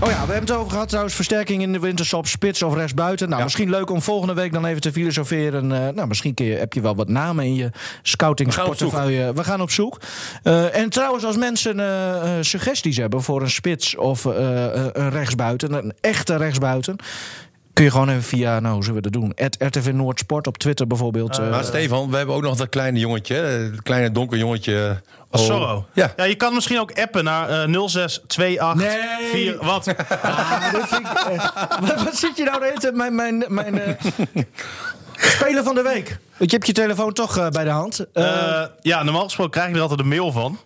[SPEAKER 4] Oh ja, we hebben het over gehad trouwens. Versterking in de winterstop, spits of rechtsbuiten. Nou, misschien leuk om volgende week dan even te filosoferen. Eh, nou, misschien kun je, heb je wel wat namen in je
[SPEAKER 1] We gaan op zoek.
[SPEAKER 4] scoutingsportefeuille. We gaan op zoek. Eh, en trouwens, als mensen eh, eh, suggesties hebben voor een spits of eh, eh, een rechtsbuiten, een echte rechtsbuiten... Kun je gewoon even via, nou, hoe zullen we dat doen? At RTV Noordsport op Twitter bijvoorbeeld. eh,
[SPEAKER 1] Maar Stefan, we hebben ook nog dat kleine jongetje, hè, dat kleine donker jongetje. Oh.
[SPEAKER 2] Sorrow.
[SPEAKER 1] Ja.
[SPEAKER 2] ja, je kan misschien ook appen naar eh 06284.
[SPEAKER 4] Nee.
[SPEAKER 2] Wat?
[SPEAKER 4] Ah, dit vind ik, eh, wat, wat zit je nou de hele tijd? Mijn, mijn, mijn, eh, speler van de week. Want je hebt je telefoon toch eh, bij de hand. Eh,
[SPEAKER 2] Eh, ja, normaal gesproken krijg ik er altijd een mail van.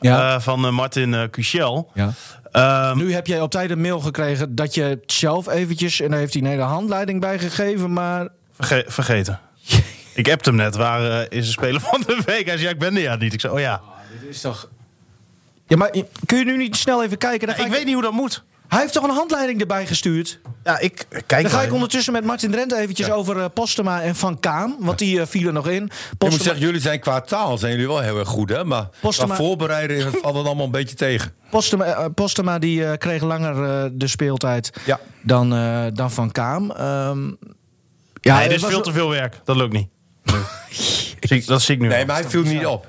[SPEAKER 4] Ja.
[SPEAKER 2] Eh, van eh, Martin eh Cuchel.
[SPEAKER 4] Ja.
[SPEAKER 2] Ehm,
[SPEAKER 4] nu heb jij op tijd een mail gekregen dat je het zelf eventjes... en daar heeft hij een hele handleiding bij gegeven, maar...
[SPEAKER 2] verge- vergeten. Ik appte hem net. Waar eh, is de speler van de week? Hij zei, ja, ik ben er ja niet. Ik zei, oh ja.
[SPEAKER 4] Ja, maar je- kun je nu niet snel even kijken? Dan ga
[SPEAKER 2] ik
[SPEAKER 4] ik-
[SPEAKER 2] weet niet hoe dat moet.
[SPEAKER 4] Hij heeft toch een handleiding erbij gestuurd?
[SPEAKER 2] Ja, ik kijk
[SPEAKER 4] Dan ga
[SPEAKER 2] maar.
[SPEAKER 4] ik ondertussen met Martin Drent eventjes over eh, Postema en Van Kaam. Want die eh, vielen nog in.
[SPEAKER 1] Ik moet
[SPEAKER 4] Postema,
[SPEAKER 1] zeggen, jullie zijn qua taal zijn jullie wel heel erg goed, hè? Maar
[SPEAKER 4] Postema-
[SPEAKER 1] qua voorbereiden valt het allemaal een beetje tegen.
[SPEAKER 4] Postema, eh, Postema die eh, kreeg langer eh, de speeltijd
[SPEAKER 1] Ja.
[SPEAKER 4] dan, eh, dan Van Kaam. Ehm,
[SPEAKER 2] Ja,
[SPEAKER 4] ja,
[SPEAKER 2] nee,
[SPEAKER 4] het
[SPEAKER 2] dit is
[SPEAKER 4] was-
[SPEAKER 2] veel te veel werk. Dat lukt niet. Zie ik- dat zie ik nu.
[SPEAKER 1] Nee,
[SPEAKER 2] wel.
[SPEAKER 1] maar hij viel niet op.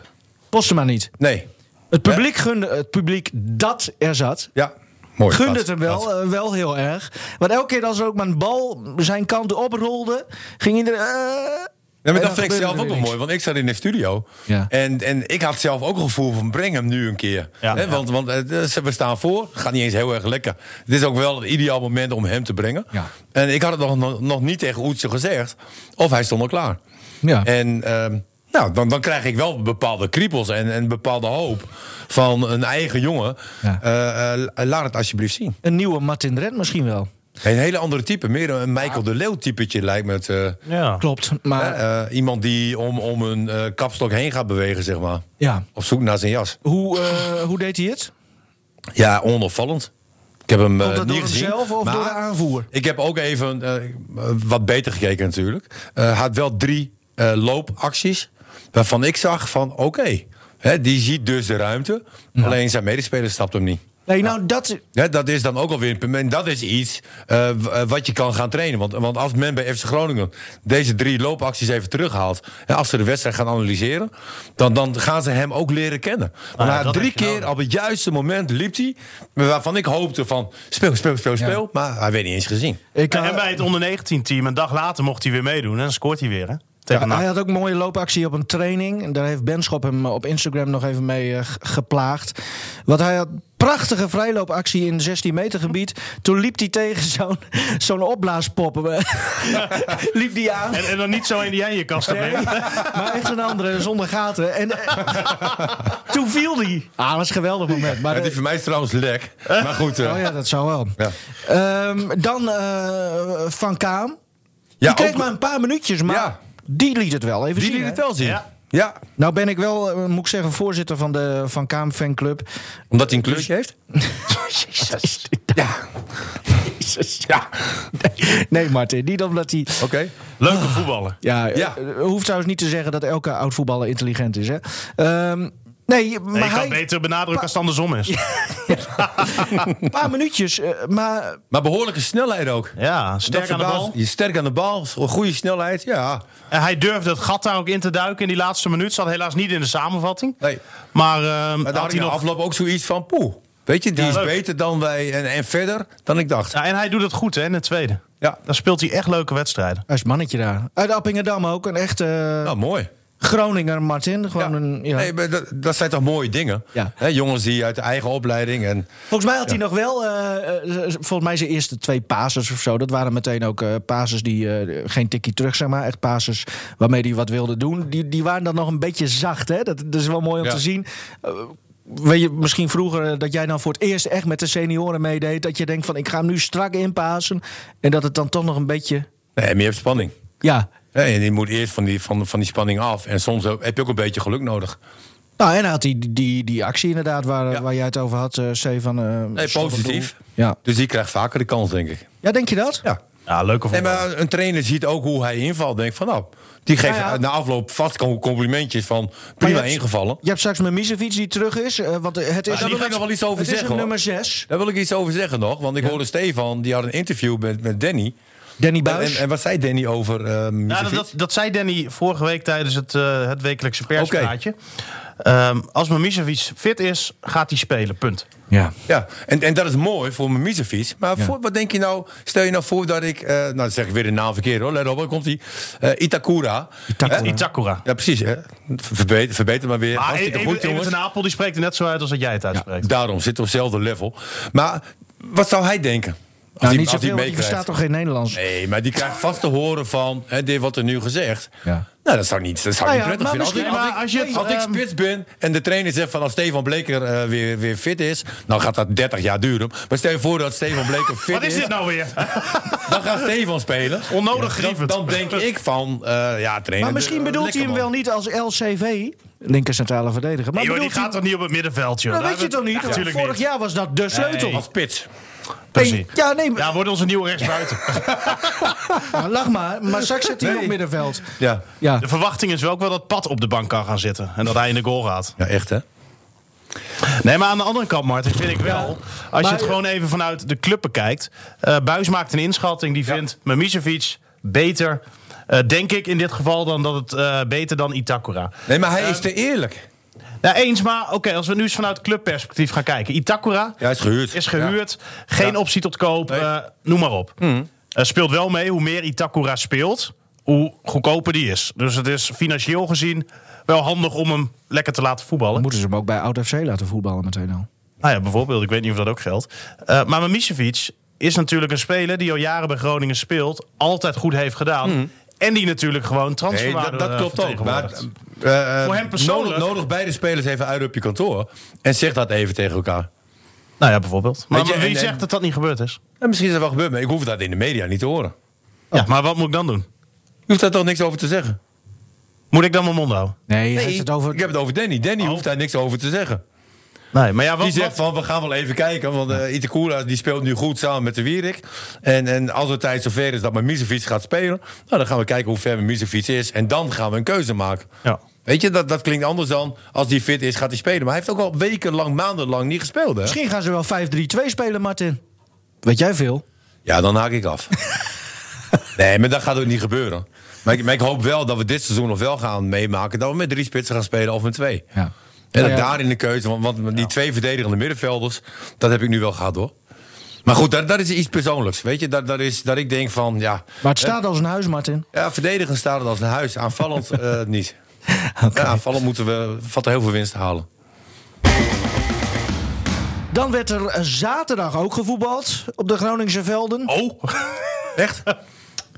[SPEAKER 4] Postema niet.
[SPEAKER 1] Nee.
[SPEAKER 4] Het publiek gunde het publiek dat er zat.
[SPEAKER 1] Ja. Mooi.
[SPEAKER 4] Gunde
[SPEAKER 1] Dat-
[SPEAKER 4] het hem
[SPEAKER 1] dat-
[SPEAKER 4] wel, eh, wel heel erg. Want elke keer als er ook maar een bal zijn kant oprolde, ging iedereen... eh,
[SPEAKER 1] Nee,
[SPEAKER 4] en
[SPEAKER 1] maar dat
[SPEAKER 4] dan
[SPEAKER 1] vind ik
[SPEAKER 4] gebeurde
[SPEAKER 1] zelf
[SPEAKER 4] er
[SPEAKER 1] ook
[SPEAKER 4] weer
[SPEAKER 1] wel
[SPEAKER 4] niks.
[SPEAKER 1] mooi, want ik zat in de studio.
[SPEAKER 4] Ja.
[SPEAKER 1] En, en ik had zelf ook een gevoel van breng hem nu een keer.
[SPEAKER 2] Ja.
[SPEAKER 1] Hè,
[SPEAKER 2] Ja.
[SPEAKER 1] Want, want eh, ze- we staan voor, gaat niet eens heel erg lekker. Het is ook wel het ideaal moment om hem te brengen.
[SPEAKER 4] Ja.
[SPEAKER 1] En ik had het nog- nog, nog niet tegen Oetse gezegd, of hij stond al klaar.
[SPEAKER 4] Ja.
[SPEAKER 1] En ehm, nou, dan, dan krijg ik wel bepaalde kriebels en, en bepaalde hoop van een eigen jongen.
[SPEAKER 4] Ja.
[SPEAKER 1] Eh, eh, laat het alsjeblieft zien.
[SPEAKER 4] Een nieuwe Martin Drent misschien wel.
[SPEAKER 1] Een hele andere type, meer een Michael de Leeuw typetje lijkt me het... eh,
[SPEAKER 2] Ja.
[SPEAKER 4] Klopt, maar
[SPEAKER 1] eh, eh, iemand die om, om een eh, kapstok heen gaat bewegen, zeg maar.
[SPEAKER 4] ja.
[SPEAKER 1] Op zoek naar zijn jas.
[SPEAKER 4] Hoe, eh, hoe deed hij het?
[SPEAKER 1] Ja, onopvallend. Ik heb hem eh,
[SPEAKER 4] Komt dat
[SPEAKER 1] niet
[SPEAKER 4] door
[SPEAKER 1] gezien.
[SPEAKER 4] hemzelf of
[SPEAKER 1] maar
[SPEAKER 4] door de aanvoer?
[SPEAKER 1] Ik heb ook even eh, wat beter gekeken natuurlijk. Eh, Hij had wel drie eh, loopacties waarvan ik zag van oké. hè, die ziet dus de ruimte. Alleen zijn medespeler stapt hem niet.
[SPEAKER 4] Nee, nou dat...
[SPEAKER 1] Hè, dat is dan ook alweer een punt. En dat is iets eh, w- eh, wat je kan gaan trainen. Want, want als men bij FC Groningen deze drie loopacties even terughaalt. En als ze de wedstrijd gaan analyseren. Dan, dan gaan ze hem ook leren kennen.
[SPEAKER 4] Ah,
[SPEAKER 1] Want
[SPEAKER 2] ja,
[SPEAKER 1] hij had
[SPEAKER 2] dat
[SPEAKER 1] drie
[SPEAKER 2] heb je
[SPEAKER 1] keer
[SPEAKER 2] nodig.
[SPEAKER 1] op het juiste moment liep hij. maar Waarvan ik hoopte van speel, speel, speel, speel. Maar hij werd niet eens gezien.
[SPEAKER 4] Ik,
[SPEAKER 2] En
[SPEAKER 4] eh,
[SPEAKER 2] bij het onder 19 team, een dag later mocht hij weer meedoen. En dan scoort hij weer. Hè? Tegen
[SPEAKER 4] Ja,
[SPEAKER 2] NAC.
[SPEAKER 4] hij had ook een mooie loopactie op een training. En daar heeft Benschop hem eh, op Instagram nog even mee eh, g- geplaagd. Want hij had een prachtige vrijloopactie in 16 meter gebied. Toen liep hij tegen zo'n zo'n opblaaspop. liep die aan.
[SPEAKER 2] En, en dan niet zo in die jij in je kast hebt liggen.
[SPEAKER 4] Maar echt een andere zonder gaten. En eh, toen viel die. Ah, dat is een geweldig moment. Maar,
[SPEAKER 1] Ja,
[SPEAKER 4] eh,
[SPEAKER 1] die voor mij is trouwens lek. Maar goed. eh,
[SPEAKER 4] oh ja, dat zou wel.
[SPEAKER 1] Ja.
[SPEAKER 4] Ehm, dan eh, Van Kaam. Die
[SPEAKER 1] ja,
[SPEAKER 4] kreeg
[SPEAKER 1] ook-
[SPEAKER 4] maar een paar minuutjes, maar
[SPEAKER 1] Ja.
[SPEAKER 4] die liet het wel even
[SPEAKER 1] die
[SPEAKER 4] zien.
[SPEAKER 1] liet
[SPEAKER 4] hè?
[SPEAKER 1] het wel zien.
[SPEAKER 2] Ja.
[SPEAKER 1] Ja,
[SPEAKER 4] Nou ben ik wel, eh, moet ik zeggen, voorzitter van de Van Kaam fanclub.
[SPEAKER 1] omdat hij een kleurtje heeft?
[SPEAKER 4] Jezus.
[SPEAKER 1] Ja. Ja,
[SPEAKER 4] Nee, Martin, niet omdat hij...
[SPEAKER 1] oké.
[SPEAKER 2] Leuke voetballer.
[SPEAKER 4] Ja, eh,
[SPEAKER 1] Ja.
[SPEAKER 4] eh, hoeft trouwens niet te zeggen dat elke oud-voetballer intelligent is, hè. Ehm, nee, maar
[SPEAKER 2] Nee, je kan
[SPEAKER 4] hij...
[SPEAKER 2] beter benadrukken als het andersom is.
[SPEAKER 4] Een paar minuutjes, eh, maar...
[SPEAKER 1] Maar behoorlijke snelheid ook.
[SPEAKER 2] Ja, sterk aan de
[SPEAKER 1] verbaast-
[SPEAKER 2] bal.
[SPEAKER 1] Je sterk aan de bal, een goede snelheid. Ja,
[SPEAKER 2] En hij durfde het gat daar ook in te duiken in die laatste minuut. Zat helaas niet in de samenvatting.
[SPEAKER 1] nee.
[SPEAKER 2] Maar, ehm,
[SPEAKER 1] Maar daar
[SPEAKER 2] had hij nog...
[SPEAKER 1] afloop ook zoiets van, poeh. Weet je, die
[SPEAKER 2] Ja,
[SPEAKER 1] is
[SPEAKER 2] leuk.
[SPEAKER 1] beter dan wij en, en verder dan ik dacht.
[SPEAKER 2] Ja, en hij doet het goed hè, in de tweede.
[SPEAKER 1] Ja.
[SPEAKER 2] Dan speelt hij echt leuke wedstrijden.
[SPEAKER 4] Hij is mannetje daar. Uit Appingedam ook, een echte eh,
[SPEAKER 1] Nou, mooi.
[SPEAKER 4] Groninger, Martin. Gewoon
[SPEAKER 1] Ja.
[SPEAKER 4] een... Ja.
[SPEAKER 1] Nee, maar dat, dat zijn toch mooie dingen?
[SPEAKER 4] Ja.
[SPEAKER 1] Hè, jongens die uit de eigen opleiding en...
[SPEAKER 4] Volgens mij had hij nog wel, eh, eh, z- volgens mij zijn eerste twee passes of zo. Dat waren meteen ook eh passes die, eh, geen tikkie terug zeg maar, echt passes waarmee hij wat wilde doen. Die, die waren dan nog een beetje zacht, hè? Dat, dat is wel mooi om
[SPEAKER 1] Ja.
[SPEAKER 4] te zien. Eh, Weet je, misschien vroeger eh, dat jij dan voor het eerst echt met de senioren meedeed. Dat je denkt van, ik ga hem nu strak inpasen. En dat het dan toch nog een beetje,
[SPEAKER 1] Nee, maar je hebt spanning.
[SPEAKER 4] ja.
[SPEAKER 1] Nee, en je moet eerst van die, van, van die spanning af. En soms ook- heb je ook een beetje geluk nodig.
[SPEAKER 4] Nou, en hij had die, die, die actie inderdaad waar,
[SPEAKER 1] Ja.
[SPEAKER 4] waar jij het over had, eh C. Van, eh,
[SPEAKER 1] Nee,
[SPEAKER 4] zonder
[SPEAKER 1] positief.
[SPEAKER 4] doel. Ja.
[SPEAKER 1] Dus die krijgt vaker de kans, denk ik.
[SPEAKER 4] ja, denk je dat?
[SPEAKER 1] Ja.
[SPEAKER 2] Ja, leuke
[SPEAKER 1] Nee,
[SPEAKER 2] voetballer.
[SPEAKER 1] maar een trainer ziet ook hoe hij invalt. Denkt van, nou, die geeft
[SPEAKER 4] Ja, ja.
[SPEAKER 1] na afloop vast complimentjes van
[SPEAKER 4] Maar
[SPEAKER 1] prima
[SPEAKER 4] je hebt-
[SPEAKER 1] ingevallen.
[SPEAKER 4] Je hebt straks met Misevic die terug is. eh, want het is,
[SPEAKER 1] daar wil ik nog wel iets over
[SPEAKER 4] het
[SPEAKER 1] zeggen,
[SPEAKER 4] is een
[SPEAKER 1] hoor.
[SPEAKER 4] nummer 6.
[SPEAKER 1] Daar wil ik iets over zeggen nog. Want ik hoorde Stefan, die had een interview met, met Danny.
[SPEAKER 4] Danny Buis. Nou,
[SPEAKER 1] En, en wat zei Danny over eh
[SPEAKER 2] Ja,
[SPEAKER 1] Misevic?
[SPEAKER 2] dat, dat, dat zei Danny vorige week tijdens het, eh, het wekelijkse perspraatje. Ehm, als Mamisevic fit is, gaat hij spelen, punt.
[SPEAKER 4] ja.
[SPEAKER 1] Ja, en, en dat is mooi voor mijn miservies. Maar voor, wat denk je nou? Stel je nou voor dat ik. eh, nou, dan zeg ik weer de naam verkeerd hoor. Let op, waar komt die? Eh, Itakura.
[SPEAKER 4] Itakura.
[SPEAKER 2] Eh,
[SPEAKER 1] Hè?
[SPEAKER 2] Itakura.
[SPEAKER 1] Ja, precies. Hè? Verbeter, verbeter maar weer.
[SPEAKER 2] Maar
[SPEAKER 1] Hartstikke goed,
[SPEAKER 2] Ah, Even
[SPEAKER 1] jongens.
[SPEAKER 2] ten Apel die spreekt er net zo uit als dat jij het uitspreekt.
[SPEAKER 1] Daarom zit op hetzelfde level. Maar wat zou hij denken? Als
[SPEAKER 4] Nou,
[SPEAKER 1] hij-
[SPEAKER 4] niet
[SPEAKER 1] als hij
[SPEAKER 4] zoveel, want je
[SPEAKER 1] meekrijgt?
[SPEAKER 4] verstaat toch geen Nederlands?
[SPEAKER 1] Nee, maar die krijgt vast te horen van hè, dit wat er nu gezegd.
[SPEAKER 4] Ja.
[SPEAKER 1] Nou, dat zou niet, dat zou
[SPEAKER 4] Nou
[SPEAKER 1] niet
[SPEAKER 4] ja,
[SPEAKER 1] prettig
[SPEAKER 4] maar
[SPEAKER 1] vinden.
[SPEAKER 4] misschien-
[SPEAKER 1] als,
[SPEAKER 2] maar
[SPEAKER 1] ik,
[SPEAKER 2] als je
[SPEAKER 1] als
[SPEAKER 2] het,
[SPEAKER 1] ik
[SPEAKER 2] ehm,
[SPEAKER 1] spits ben en de trainer zegt van als Stefan Bleker eh, weer, weer fit is... dan gaat dat 30 jaar duren. Maar stel je voor dat Stefan Bleker fit
[SPEAKER 2] Wat is dit nou weer?
[SPEAKER 1] dan gaat Stefan spelen.
[SPEAKER 2] Onnodig
[SPEAKER 1] Dan,
[SPEAKER 2] grievend.
[SPEAKER 1] dan denk ik van, eh, ja trainer...
[SPEAKER 4] Maar misschien
[SPEAKER 1] eh,
[SPEAKER 4] bedoelt
[SPEAKER 1] lekker,
[SPEAKER 4] hij hem
[SPEAKER 1] man.
[SPEAKER 4] wel niet als LCV, linker centrale verdediger. Maar
[SPEAKER 2] Nee, joh, die
[SPEAKER 4] bedoelt
[SPEAKER 2] gaat
[SPEAKER 4] hij,
[SPEAKER 2] toch niet op het middenveld, joh.
[SPEAKER 4] dat
[SPEAKER 2] Daar
[SPEAKER 4] weet je
[SPEAKER 2] hebben-
[SPEAKER 4] toch niet?
[SPEAKER 2] Ja, natuurlijk
[SPEAKER 4] Vorig
[SPEAKER 2] niet.
[SPEAKER 4] jaar was dat de sleutel.
[SPEAKER 2] Nee.
[SPEAKER 1] Als spits.
[SPEAKER 2] Precies.
[SPEAKER 4] Ja, nee, maar-
[SPEAKER 2] Ja, wordt onze nieuwe rechtsbuiten.
[SPEAKER 4] nou, lach maar. Maar straks zit hij op middenveld.
[SPEAKER 1] Ja.
[SPEAKER 4] Ja.
[SPEAKER 2] De verwachting is wel ook wel dat Pat op de bank kan gaan zitten. En dat hij in de goal gaat.
[SPEAKER 1] ja, echt hè?
[SPEAKER 2] Nee, maar aan de andere kant, Martin, vind ik wel. Als je het gewoon even vanuit de club bekijkt. eh, Buis maakt een inschatting. Die vindt Mamicevic beter. eh, denk ik in dit geval dan dat het eh, beter dan Itakura.
[SPEAKER 1] Nee, maar
[SPEAKER 2] Ehm,
[SPEAKER 1] hij is te eerlijk.
[SPEAKER 2] Nou, eens, maar oké, als we nu eens vanuit clubperspectief gaan kijken. Itakura
[SPEAKER 1] Ja, hij is gehuurd.
[SPEAKER 2] is gehuurd. Geen
[SPEAKER 1] Ja.
[SPEAKER 2] optie tot koop.
[SPEAKER 1] Nee. Mhm.
[SPEAKER 2] eh, noem maar op. Eh, speelt wel mee. Hoe meer Itakura speelt, hoe goedkoper die is. Dus het is financieel gezien wel handig om hem lekker te laten voetballen.
[SPEAKER 4] Moeten ze hem ook bij Oud FC laten voetballen meteen al.
[SPEAKER 2] Nou ja, bijvoorbeeld. Ik weet niet of dat ook geldt. Eh, maar Mamicevic is natuurlijk een speler die al jaren bij Groningen speelt. Altijd goed heeft gedaan. En die natuurlijk gewoon
[SPEAKER 1] Ja. Nee,
[SPEAKER 2] transferwaarde
[SPEAKER 1] dat, dat
[SPEAKER 2] eh,
[SPEAKER 1] klopt ook. Maar,
[SPEAKER 2] vertegenwoordigt.
[SPEAKER 1] eh, eh,
[SPEAKER 2] Voor hem persoonlijk-
[SPEAKER 1] Nodig, nodig beide spelers even uit op je kantoor. En zeg dat even tegen elkaar.
[SPEAKER 2] nou ja, bijvoorbeeld. Maar,
[SPEAKER 1] Weet je,
[SPEAKER 2] wie
[SPEAKER 1] en- en-
[SPEAKER 2] zegt dat dat niet gebeurd is?
[SPEAKER 1] En misschien is dat wel gebeurd, maar ik hoef dat in de media niet te horen.
[SPEAKER 2] Ja, maar wat moet ik dan doen?
[SPEAKER 1] Je hoeft daar toch niks over te zeggen?
[SPEAKER 2] Moet ik dan mijn mond houden?
[SPEAKER 4] Nee, je hebt het over...
[SPEAKER 1] Ik heb het over Danny. Danny
[SPEAKER 2] Oh.
[SPEAKER 1] hoeft daar niks over te zeggen.
[SPEAKER 2] Nee, maar ja, wat,
[SPEAKER 1] Die zegt
[SPEAKER 2] wat-
[SPEAKER 1] van, we gaan wel even kijken. Want eh Itakura die speelt nu goed samen met de Wierik. En, en als het tijd zover is dat mijn Misefiets gaat spelen... Nou, dan gaan we kijken hoe ver mijn Misefiets is. En dan gaan we een keuze maken.
[SPEAKER 2] Ja.
[SPEAKER 1] Weet je, dat, dat klinkt anders dan als die fit is, gaat hij spelen. Maar hij heeft ook al wekenlang, maandenlang niet gespeeld. Hè?
[SPEAKER 4] Misschien gaan ze wel 5-3-2 spelen, Martin. Weet jij veel?
[SPEAKER 1] Ja, dan haak ik af. nee, maar dat gaat ook niet gebeuren. Maar ik, maar ik hoop wel dat we dit seizoen nog wel gaan meemaken... dat we met drie spitsen gaan spelen of met twee.
[SPEAKER 4] Ja.
[SPEAKER 1] En dat
[SPEAKER 4] Ja, ja.
[SPEAKER 1] daarin de keuze, want, want die twee verdedigende middenvelders... dat heb ik nu wel gehad, hoor. Maar goed, dat, dat is iets persoonlijks. Weet je, dat, dat is dat ik denk van ja.
[SPEAKER 4] Maar het staat als een huis, Martin.
[SPEAKER 1] ja verdedigend staat het als een huis, aanvallend eh, niet. Ja, aanvallend moeten we, valt er heel veel winst te halen.
[SPEAKER 4] Dan werd er eh, zaterdag ook gevoetbald op de Groningse velden.
[SPEAKER 2] Oh,
[SPEAKER 1] Echt?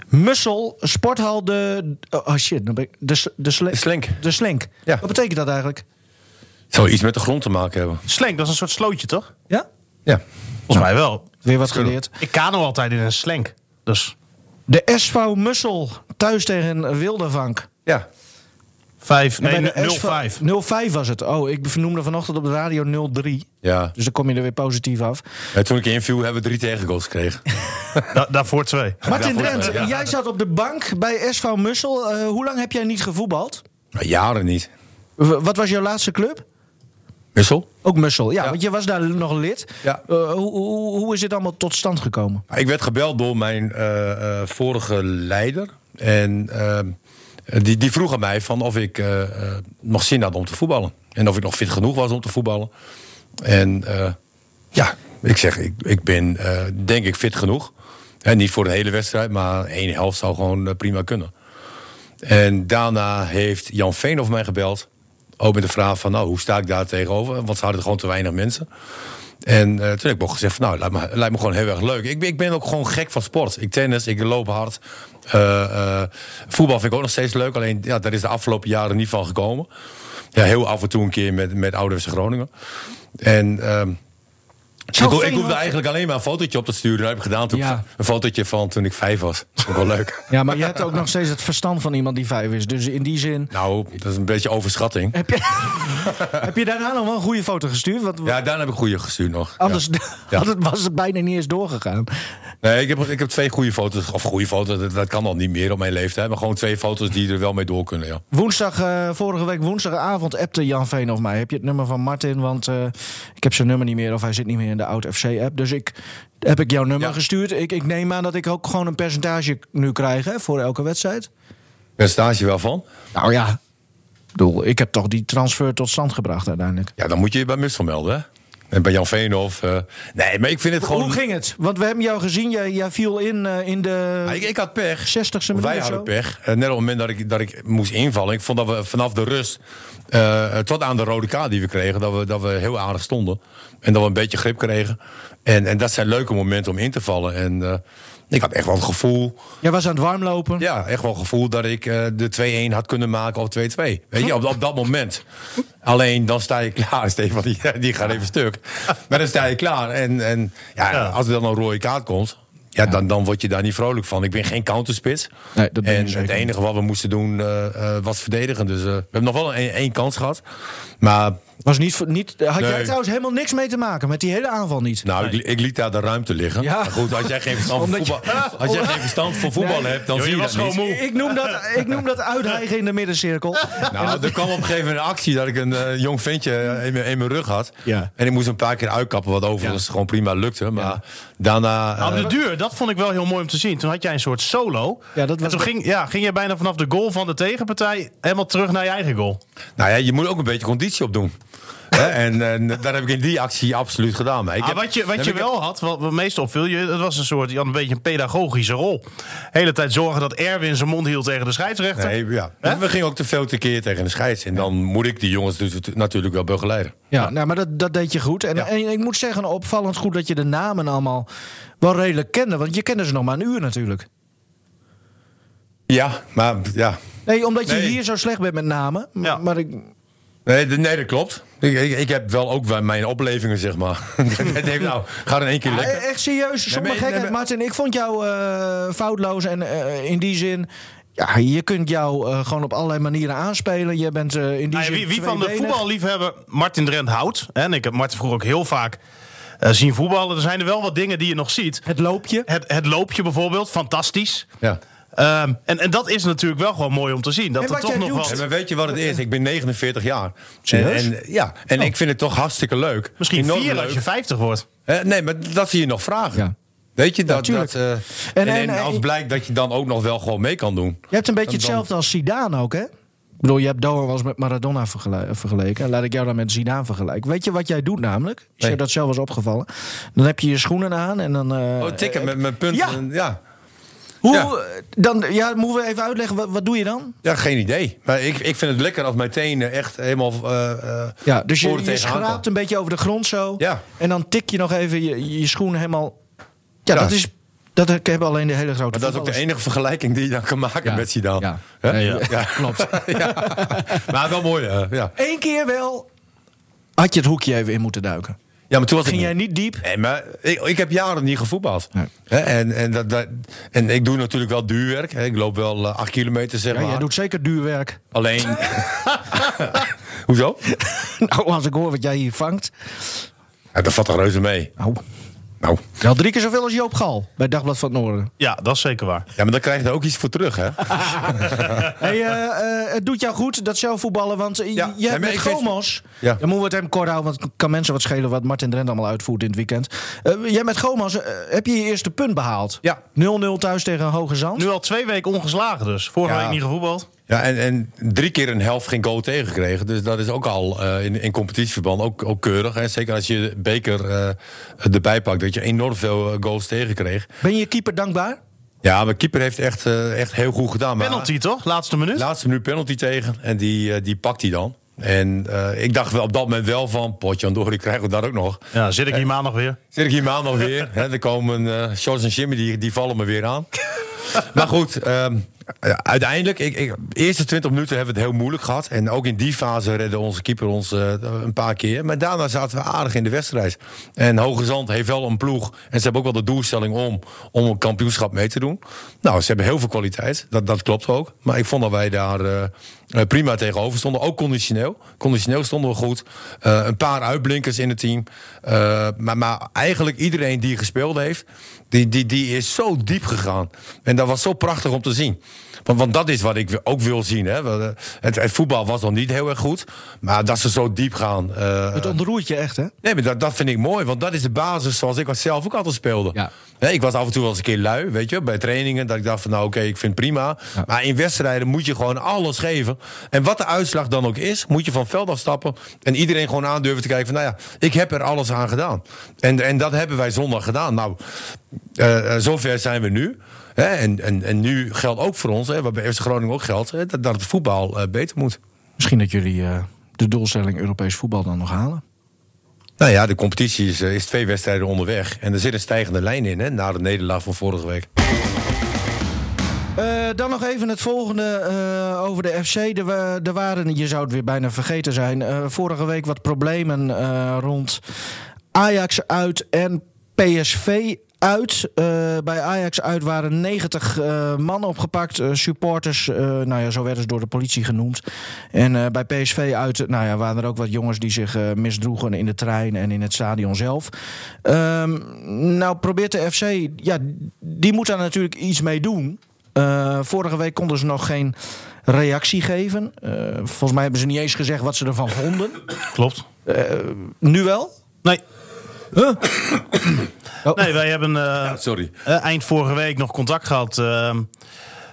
[SPEAKER 4] Mussel, sporthal de... Oh shit, dan ben ik- de, s- de, sle-
[SPEAKER 1] De slink.
[SPEAKER 4] De slink.
[SPEAKER 1] Ja.
[SPEAKER 4] Wat betekent dat eigenlijk?
[SPEAKER 1] Zou iets met de grond te maken hebben?
[SPEAKER 2] slank, dat is een soort slootje, toch?
[SPEAKER 4] Ja?
[SPEAKER 1] Ja.
[SPEAKER 2] Volgens mij wel.
[SPEAKER 4] Weer wat geleerd.
[SPEAKER 2] Ik kano altijd in een slank. Dus
[SPEAKER 4] De SV Mussel thuis tegen Wildervank.
[SPEAKER 1] Ja.
[SPEAKER 2] 5, nee,
[SPEAKER 4] Bij de
[SPEAKER 2] 0-5.
[SPEAKER 4] SV 0-5 was het. Oh, ik vernoemde vanochtend op de radio 0-3.
[SPEAKER 1] Ja.
[SPEAKER 4] Dus dan kom je er weer positief af.
[SPEAKER 1] Ja, toen ik inviel hebben we drie tegengoals gekregen.
[SPEAKER 2] Da- daarvoor twee.
[SPEAKER 4] Martin
[SPEAKER 1] Ja, volgens
[SPEAKER 4] Drent,
[SPEAKER 1] mij, ja.
[SPEAKER 4] jij zat op de bank bij SV Mussel. Eh, hoe lang heb jij niet gevoetbald?
[SPEAKER 1] Maar jaren niet.
[SPEAKER 4] W- wat was jouw laatste club?
[SPEAKER 1] Wissel?
[SPEAKER 4] Ook Mussel, ja,
[SPEAKER 1] Ja.
[SPEAKER 4] want je was daar nog lid.
[SPEAKER 1] Ja.
[SPEAKER 4] Eh, hoe, hoe, hoe is dit allemaal tot stand gekomen?
[SPEAKER 1] Ik werd gebeld door mijn eh, eh, vorige leider. En ehm, die, die vroeg aan mij van of ik eh, eh, nog zin had om te voetballen. En of ik nog fit genoeg was om te voetballen. En eh, ja, ik zeg, ik, ik ben eh, denk ik fit genoeg. En niet voor een hele wedstrijd, maar één helft zou gewoon eh, prima kunnen. En daarna heeft Jan Veenhoff mij gebeld. Ook met de vraag van, nou, hoe sta ik daar tegenover? Want ze hadden gewoon te weinig mensen. En eh, toen heb ik ook gezegd van, nou, lijkt me, lijkt me gewoon heel erg leuk. Ik, ben- ik ben ook gewoon gek van sport. Ik tennis, ik loop hard. Eh, eh, voetbal vind ik ook nog steeds leuk. Alleen, ja, daar is de afgelopen jaren niet van gekomen. Ja, heel af en toe een keer met, met Ouders Groningen. En... ehm, ik,
[SPEAKER 4] Jan
[SPEAKER 1] ho- ik
[SPEAKER 4] Veenhoff-
[SPEAKER 1] hoefde eigenlijk alleen maar een fotootje op te sturen. Dat heb ik gedaan toen ik
[SPEAKER 4] Ja.
[SPEAKER 1] een fotootje van toen ik vijf was. Dat vond ik wel leuk.
[SPEAKER 4] Ja, maar je hebt ook nog steeds het verstand van iemand die vijf is. Dus in die zin.
[SPEAKER 1] Nou, dat is een beetje overschatting.
[SPEAKER 4] Heb je, heb je daarna nog wel een goede foto gestuurd? Want
[SPEAKER 1] Ja, daarna heb ik goede gestuurd nog.
[SPEAKER 4] anders
[SPEAKER 1] Ja.
[SPEAKER 4] anders was het bijna niet eens doorgegaan.
[SPEAKER 1] Ja. Nee, ik heb, ik heb twee goede foto's. Of goede foto's, dat, dat kan al niet meer op mijn leeftijd. Maar gewoon twee foto's die er wel mee door kunnen, ja.
[SPEAKER 4] Woensdag, eh, vorige week woensdagavond appte Jan Veen of mij. Heb je het nummer van Martin? Want eh, ik heb zijn nummer niet meer of hij zit niet meer in de Oud FC app. Dus ik heb ik jouw nummer
[SPEAKER 1] Ja.
[SPEAKER 4] gestuurd. Ik, ik neem aan dat ik ook gewoon een percentage nu krijg hè, voor elke wedstrijd.
[SPEAKER 1] Percentage wel van?
[SPEAKER 4] Nou ja, ik bedoel, ik heb toch die transfer tot stand gebracht uiteindelijk.
[SPEAKER 1] Ja, dan moet je je bij Mussel melden, hè? En bij Jan Veenhoff. eh, nee, maar ik vind het gewoon...
[SPEAKER 4] Hoe ging het? Want we hebben jou gezien, jij, jij viel in eh, in de
[SPEAKER 1] Ja, ik, ik had pech.
[SPEAKER 4] 60ste minuut
[SPEAKER 1] Wij
[SPEAKER 4] of zo?
[SPEAKER 1] hadden pech. Eh, net op het moment dat ik, dat ik moest invallen. Ik vond dat we vanaf de rust eh, tot aan de rode kaart die we kregen... Dat we, dat we heel aardig stonden. En dat we een beetje grip kregen. En, en dat zijn leuke momenten om in te vallen. En eh, ik had echt wel het gevoel...
[SPEAKER 4] Jij was aan het warmlopen.
[SPEAKER 1] Ja, echt wel het gevoel dat ik eh, de 2-1 had kunnen maken of 2-2. Weet je, op, op dat moment. Alleen dan sta je klaar, Stefan. Die, die gaat even stuk. Maar dan sta je klaar. En, en ja,
[SPEAKER 2] Ja.
[SPEAKER 1] als er dan een rode kaart komt. Ja, dan, dan word je daar niet vrolijk van. Ik ben geen counterspits.
[SPEAKER 4] Nee, dat ben je
[SPEAKER 1] en
[SPEAKER 4] zeker
[SPEAKER 1] het
[SPEAKER 4] niet.
[SPEAKER 1] enige wat we moesten doen eh, eh, was verdedigen. Dus eh, we hebben nog wel een- één kans gehad. Maar
[SPEAKER 4] Was niet, voor- niet, had jij
[SPEAKER 1] Nee.
[SPEAKER 4] trouwens helemaal niks mee te maken met die hele aanval niet?
[SPEAKER 1] nou, ik, ik liet daar de ruimte liggen.
[SPEAKER 4] Ja.
[SPEAKER 1] Maar goed, als jij geen verstand, voor
[SPEAKER 4] Omdat je-
[SPEAKER 1] voetbal, als jij geen verstand voor voetbal
[SPEAKER 4] Nee.
[SPEAKER 1] hebt, dan
[SPEAKER 2] Joh,
[SPEAKER 1] zie
[SPEAKER 2] je
[SPEAKER 1] je
[SPEAKER 2] was
[SPEAKER 1] dat
[SPEAKER 2] gewoon
[SPEAKER 1] niet.
[SPEAKER 2] moe.
[SPEAKER 4] Ik noem dat, ik noem dat uithijgen in de middencirkel.
[SPEAKER 1] Nou, er kwam op een gegeven moment een actie dat ik een eh, jong ventje eh, in mijn, in mijn rug had.
[SPEAKER 2] Ja.
[SPEAKER 1] En ik moest een paar keer uitkappen, wat overigens gewoon prima lukte. Maar daarna...
[SPEAKER 2] Nou,
[SPEAKER 1] eh,
[SPEAKER 2] op de duur, dat vond ik wel heel mooi om te zien. Toen had jij een soort solo.
[SPEAKER 4] Ja, dat was-
[SPEAKER 2] en toen ging, ja, ging jij bijna vanaf de goal van de tegenpartij helemaal terug naar je eigen goal.
[SPEAKER 1] nou ja, je moet ook een beetje conditie opdoen. Hè, en, en dat heb ik in die actie absoluut gedaan. Maar ik
[SPEAKER 2] Ah,
[SPEAKER 1] heb-
[SPEAKER 2] wat je,
[SPEAKER 1] heb
[SPEAKER 2] wat je
[SPEAKER 1] ik-
[SPEAKER 2] wel had, wat me meest opviel, je, dat was een soort, je had een beetje een pedagogische rol. hele tijd zorgen dat Erwin zijn mond hield tegen de scheidsrechter.
[SPEAKER 1] Nee, ja.
[SPEAKER 2] Hè?
[SPEAKER 1] We gingen ook te veel tekeer tegen de scheids. En dan moet ik die jongens dus natuurlijk wel begeleiden.
[SPEAKER 4] Ja, nou, maar dat, dat deed je goed. En, en ik moet zeggen, opvallend goed dat je de namen allemaal wel redelijk kende. Want je kende ze nog maar een uur natuurlijk.
[SPEAKER 1] Ja, maar ja.
[SPEAKER 4] Nee, omdat je
[SPEAKER 1] Nee.
[SPEAKER 4] hier zo slecht bent met namen. M-
[SPEAKER 2] Ja.
[SPEAKER 4] Maar ik,
[SPEAKER 1] Nee, d- nee dat klopt. Ik, ik, ik heb wel ook wel mijn oplevingen, zeg maar. ik denk, nou, ga in één keer
[SPEAKER 4] Ja,
[SPEAKER 2] eh,
[SPEAKER 1] lekker.
[SPEAKER 4] echt serieus,
[SPEAKER 1] maar-
[SPEAKER 4] zonder
[SPEAKER 1] nee,
[SPEAKER 4] gekheid,
[SPEAKER 1] maar-
[SPEAKER 4] Martin. Ik vond jou eh, foutloos en eh, in die zin... Ja, je kunt jou eh, gewoon op allerlei manieren aanspelen. Je bent eh, in die
[SPEAKER 2] Nou ja,
[SPEAKER 4] zin
[SPEAKER 2] wie, wie van de
[SPEAKER 4] tweebenig.
[SPEAKER 2] voetballiefhebber Martin Drent houdt, hè, en ik heb Martin vroeger ook heel vaak eh, zien voetballen, er zijn er wel wat dingen die je nog ziet.
[SPEAKER 4] Het loopje.
[SPEAKER 2] Het, het loopje bijvoorbeeld, fantastisch.
[SPEAKER 1] Ja.
[SPEAKER 2] Ehm, en, en dat is natuurlijk wel gewoon mooi om te zien. Dat
[SPEAKER 4] En
[SPEAKER 2] er
[SPEAKER 4] wat
[SPEAKER 2] toch
[SPEAKER 4] jij
[SPEAKER 2] nog
[SPEAKER 4] doet.
[SPEAKER 2] wel...
[SPEAKER 1] Ja, maar weet je wat het is? Ik ben 49 jaar.
[SPEAKER 4] Serieus?
[SPEAKER 1] En, en- ja, en ik vind het toch hartstikke leuk.
[SPEAKER 2] Misschien
[SPEAKER 1] Enorm
[SPEAKER 2] vier
[SPEAKER 1] leuk.
[SPEAKER 2] als je 50 wordt.
[SPEAKER 1] Eh, nee, maar dat zie je nog vragen.
[SPEAKER 4] Ja.
[SPEAKER 1] Weet je, dat,
[SPEAKER 4] tuurlijk.
[SPEAKER 1] dat, eh, en,
[SPEAKER 4] En-
[SPEAKER 1] en
[SPEAKER 4] en-
[SPEAKER 1] als blijkt dat je dan ook nog wel gewoon mee kan doen.
[SPEAKER 4] Je hebt een beetje
[SPEAKER 1] Dan- dan-
[SPEAKER 4] hetzelfde als Zidane ook, hè? Ik bedoel, je hebt Doha was met Maradona vergele- vergeleken. En laat ik jou dan met Zidane vergelijken. Weet je wat jij doet namelijk? Is
[SPEAKER 1] Nee.
[SPEAKER 4] je dat zelf was opgevallen? Dan heb je je schoenen aan en dan... eh,
[SPEAKER 1] Oh, tikken met mijn punt.
[SPEAKER 4] Ja.
[SPEAKER 1] en- ja.
[SPEAKER 4] Hoe,
[SPEAKER 1] Ja.
[SPEAKER 4] Dan, ja, moeten we even uitleggen, wat, wat doe je dan?
[SPEAKER 1] Ja, geen idee. Maar ik, ik vind het lekker als mijn tenen echt helemaal. eh, eh,
[SPEAKER 4] Ja, dus je,
[SPEAKER 1] voor het
[SPEAKER 4] je
[SPEAKER 1] tegenaan komen.
[SPEAKER 4] schraapt een beetje over de grond zo.
[SPEAKER 1] Ja.
[SPEAKER 4] En dan tik je nog even je, je schoen helemaal... Ja,
[SPEAKER 1] Ja.
[SPEAKER 4] dat is... Dat ik heb alleen de hele grote
[SPEAKER 1] Maar dat is ook de
[SPEAKER 4] voetballers.
[SPEAKER 1] enige vergelijking die je dan kan maken
[SPEAKER 4] Ja.
[SPEAKER 1] met Zidane.
[SPEAKER 4] Ja.
[SPEAKER 1] Hè?
[SPEAKER 4] Nee,
[SPEAKER 1] ja.
[SPEAKER 4] ja. Klopt.
[SPEAKER 1] Maar wel mooi, hè? Ja.
[SPEAKER 4] Eén keer wel had je het hoekje even in moeten duiken.
[SPEAKER 1] ja, maar toen was ik
[SPEAKER 4] Ging
[SPEAKER 1] niet.
[SPEAKER 4] jij niet diep?
[SPEAKER 1] Nee, Eh, maar ik, ik heb jaren niet gevoetbald.
[SPEAKER 4] Nee.
[SPEAKER 1] Hè, En, en, dat, dat- en ik doe natuurlijk wel duurwerk. hè. Ik loop wel eh, acht kilometer, zeg
[SPEAKER 4] Ja,
[SPEAKER 1] maar.
[SPEAKER 4] jij doet zeker duurwerk.
[SPEAKER 1] Alleen... Hoezo?
[SPEAKER 4] Nou, als ik hoor wat jij hier vangt.
[SPEAKER 1] Ja, dat valt toch reuze mee?
[SPEAKER 4] Nou,
[SPEAKER 1] Nou,
[SPEAKER 4] wel drie keer zoveel als Joop Gal bij Dagblad van het Noorden.
[SPEAKER 2] Ja, dat is zeker waar.
[SPEAKER 1] ja, maar dan krijg je er ook iets voor terug, hè?
[SPEAKER 4] Hey, eh, eh, het doet jou goed, dat zelfvoetballen. Want eh,
[SPEAKER 1] Ja,
[SPEAKER 4] je
[SPEAKER 1] nee,
[SPEAKER 4] hebt
[SPEAKER 1] maar
[SPEAKER 4] met
[SPEAKER 1] ik vind-
[SPEAKER 4] Gomos...
[SPEAKER 1] Ja.
[SPEAKER 4] Dan moeten we het even kort houden, want het kan mensen wat schelen... wat Martin Drent allemaal uitvoert in het weekend. Eh, jij met Gomos, eh, heb je je eerste punt behaald?
[SPEAKER 1] Ja.
[SPEAKER 4] 0-0 thuis tegen Hoge Zand.
[SPEAKER 2] Nu al twee weken ongeslagen dus. Vorige
[SPEAKER 1] Ja.
[SPEAKER 2] week niet gevoetbald.
[SPEAKER 1] Ja, en, en drie keer een helft geen goal tegengekregen. Dus dat is ook al eh, in, in competitieverband ook, ook keurig. Hè? Zeker als je de beker eh, erbij pakt, dat je enorm veel eh, goals tegenkreeg.
[SPEAKER 4] Ben je keeper dankbaar?
[SPEAKER 1] Ja, maar keeper heeft echt, eh, echt heel goed gedaan. Maar
[SPEAKER 2] Penalty toch? Laatste minuut?
[SPEAKER 1] Laatste minuut penalty tegen en die, eh, die pakt hij dan. En eh, ik dacht wel op dat moment wel van, potjandori krijgen we dat ook nog.
[SPEAKER 2] Ja, zit ik hier maandag weer.
[SPEAKER 1] Zit ik hier maandag weer. Hè, er komen eh Shorts en Jimmy, die, die vallen me weer aan. maar goed, ehm, ja, uiteindelijk, ik, ik, de eerste 20 minuten hebben we het heel moeilijk gehad. En ook in die fase redde onze keeper ons eh, een paar keer. Maar daarna zaten we aardig in de wedstrijd. En Hoge Zand heeft wel een ploeg. En ze hebben ook wel de doelstelling om, om een kampioenschap mee te doen. Nou, ze hebben heel veel kwaliteit. Dat, dat klopt ook. Maar ik vond dat wij daar eh, eh, prima tegenover stonden. Ook conditioneel. Conditioneel stonden we goed. Eh, een paar uitblinkers in het team. Eh, maar, maar eigenlijk iedereen die gespeeld heeft, die, die, die is zo diep gegaan. En dat was zo prachtig om te zien. Want, want dat is wat ik ook wil zien. Hè. We- Het, het voetbal was nog niet heel erg goed. Maar dat ze zo diep gaan. eh,
[SPEAKER 4] Het ontroert je echt, hè?
[SPEAKER 1] Nee, maar dat, dat vind ik mooi, want dat is de basis zoals ik zelf ook altijd speelde.
[SPEAKER 4] Ja.
[SPEAKER 1] Hè, ik was af en toe wel eens een keer lui, weet je, bij trainingen. Dat ik dacht van, nou oké, ik vind het prima. Maar in wedstrijden moet je gewoon alles geven. En wat de uitslag dan ook is, moet je van het veld afstappen. En iedereen gewoon aandurven te kijken van, nou ja, ik heb er alles aan gedaan. En, en dat hebben wij zondag gedaan. Nou, eh, eh, zover zijn we nu. Hè, en, en, en nu geldt ook voor ons, hè, wat bij FC Groningen ook geldt, hè, dat, dat het voetbal eh, beter moet.
[SPEAKER 4] Misschien dat jullie eh, de doelstelling Europees voetbal dan nog halen.
[SPEAKER 1] Nou ja, de competitie is, eh, is twee wedstrijden onderweg. En er zit een stijgende lijn in, hè, na de nederlaag van vorige week.
[SPEAKER 4] Eh, dan nog even het volgende eh, over de FC. Er, wa- er waren, je zou het weer bijna vergeten zijn, eh, vorige week wat problemen eh, rond Ajax uit en PSV uit. Eh, bij Ajax uit waren 90 eh man opgepakt, eh, supporters, eh, nou ja, zo werden ze door de politie genoemd. En eh, bij PSV uit, eh, nou ja, waren er ook wat jongens die zich eh, misdroegen in de trein en in het stadion zelf. Ehm, nou probeert de FC, ja, die moet daar natuurlijk iets mee doen. Eh, vorige week konden ze nog geen reactie geven. Eh, volgens mij hebben ze niet eens gezegd wat ze ervan vonden.
[SPEAKER 2] Klopt.
[SPEAKER 4] Nu wel?
[SPEAKER 2] Nee.
[SPEAKER 4] Oh.
[SPEAKER 2] Nee, wij hebben eh,
[SPEAKER 1] Sorry.
[SPEAKER 2] eh, eind vorige week nog contact gehad eh,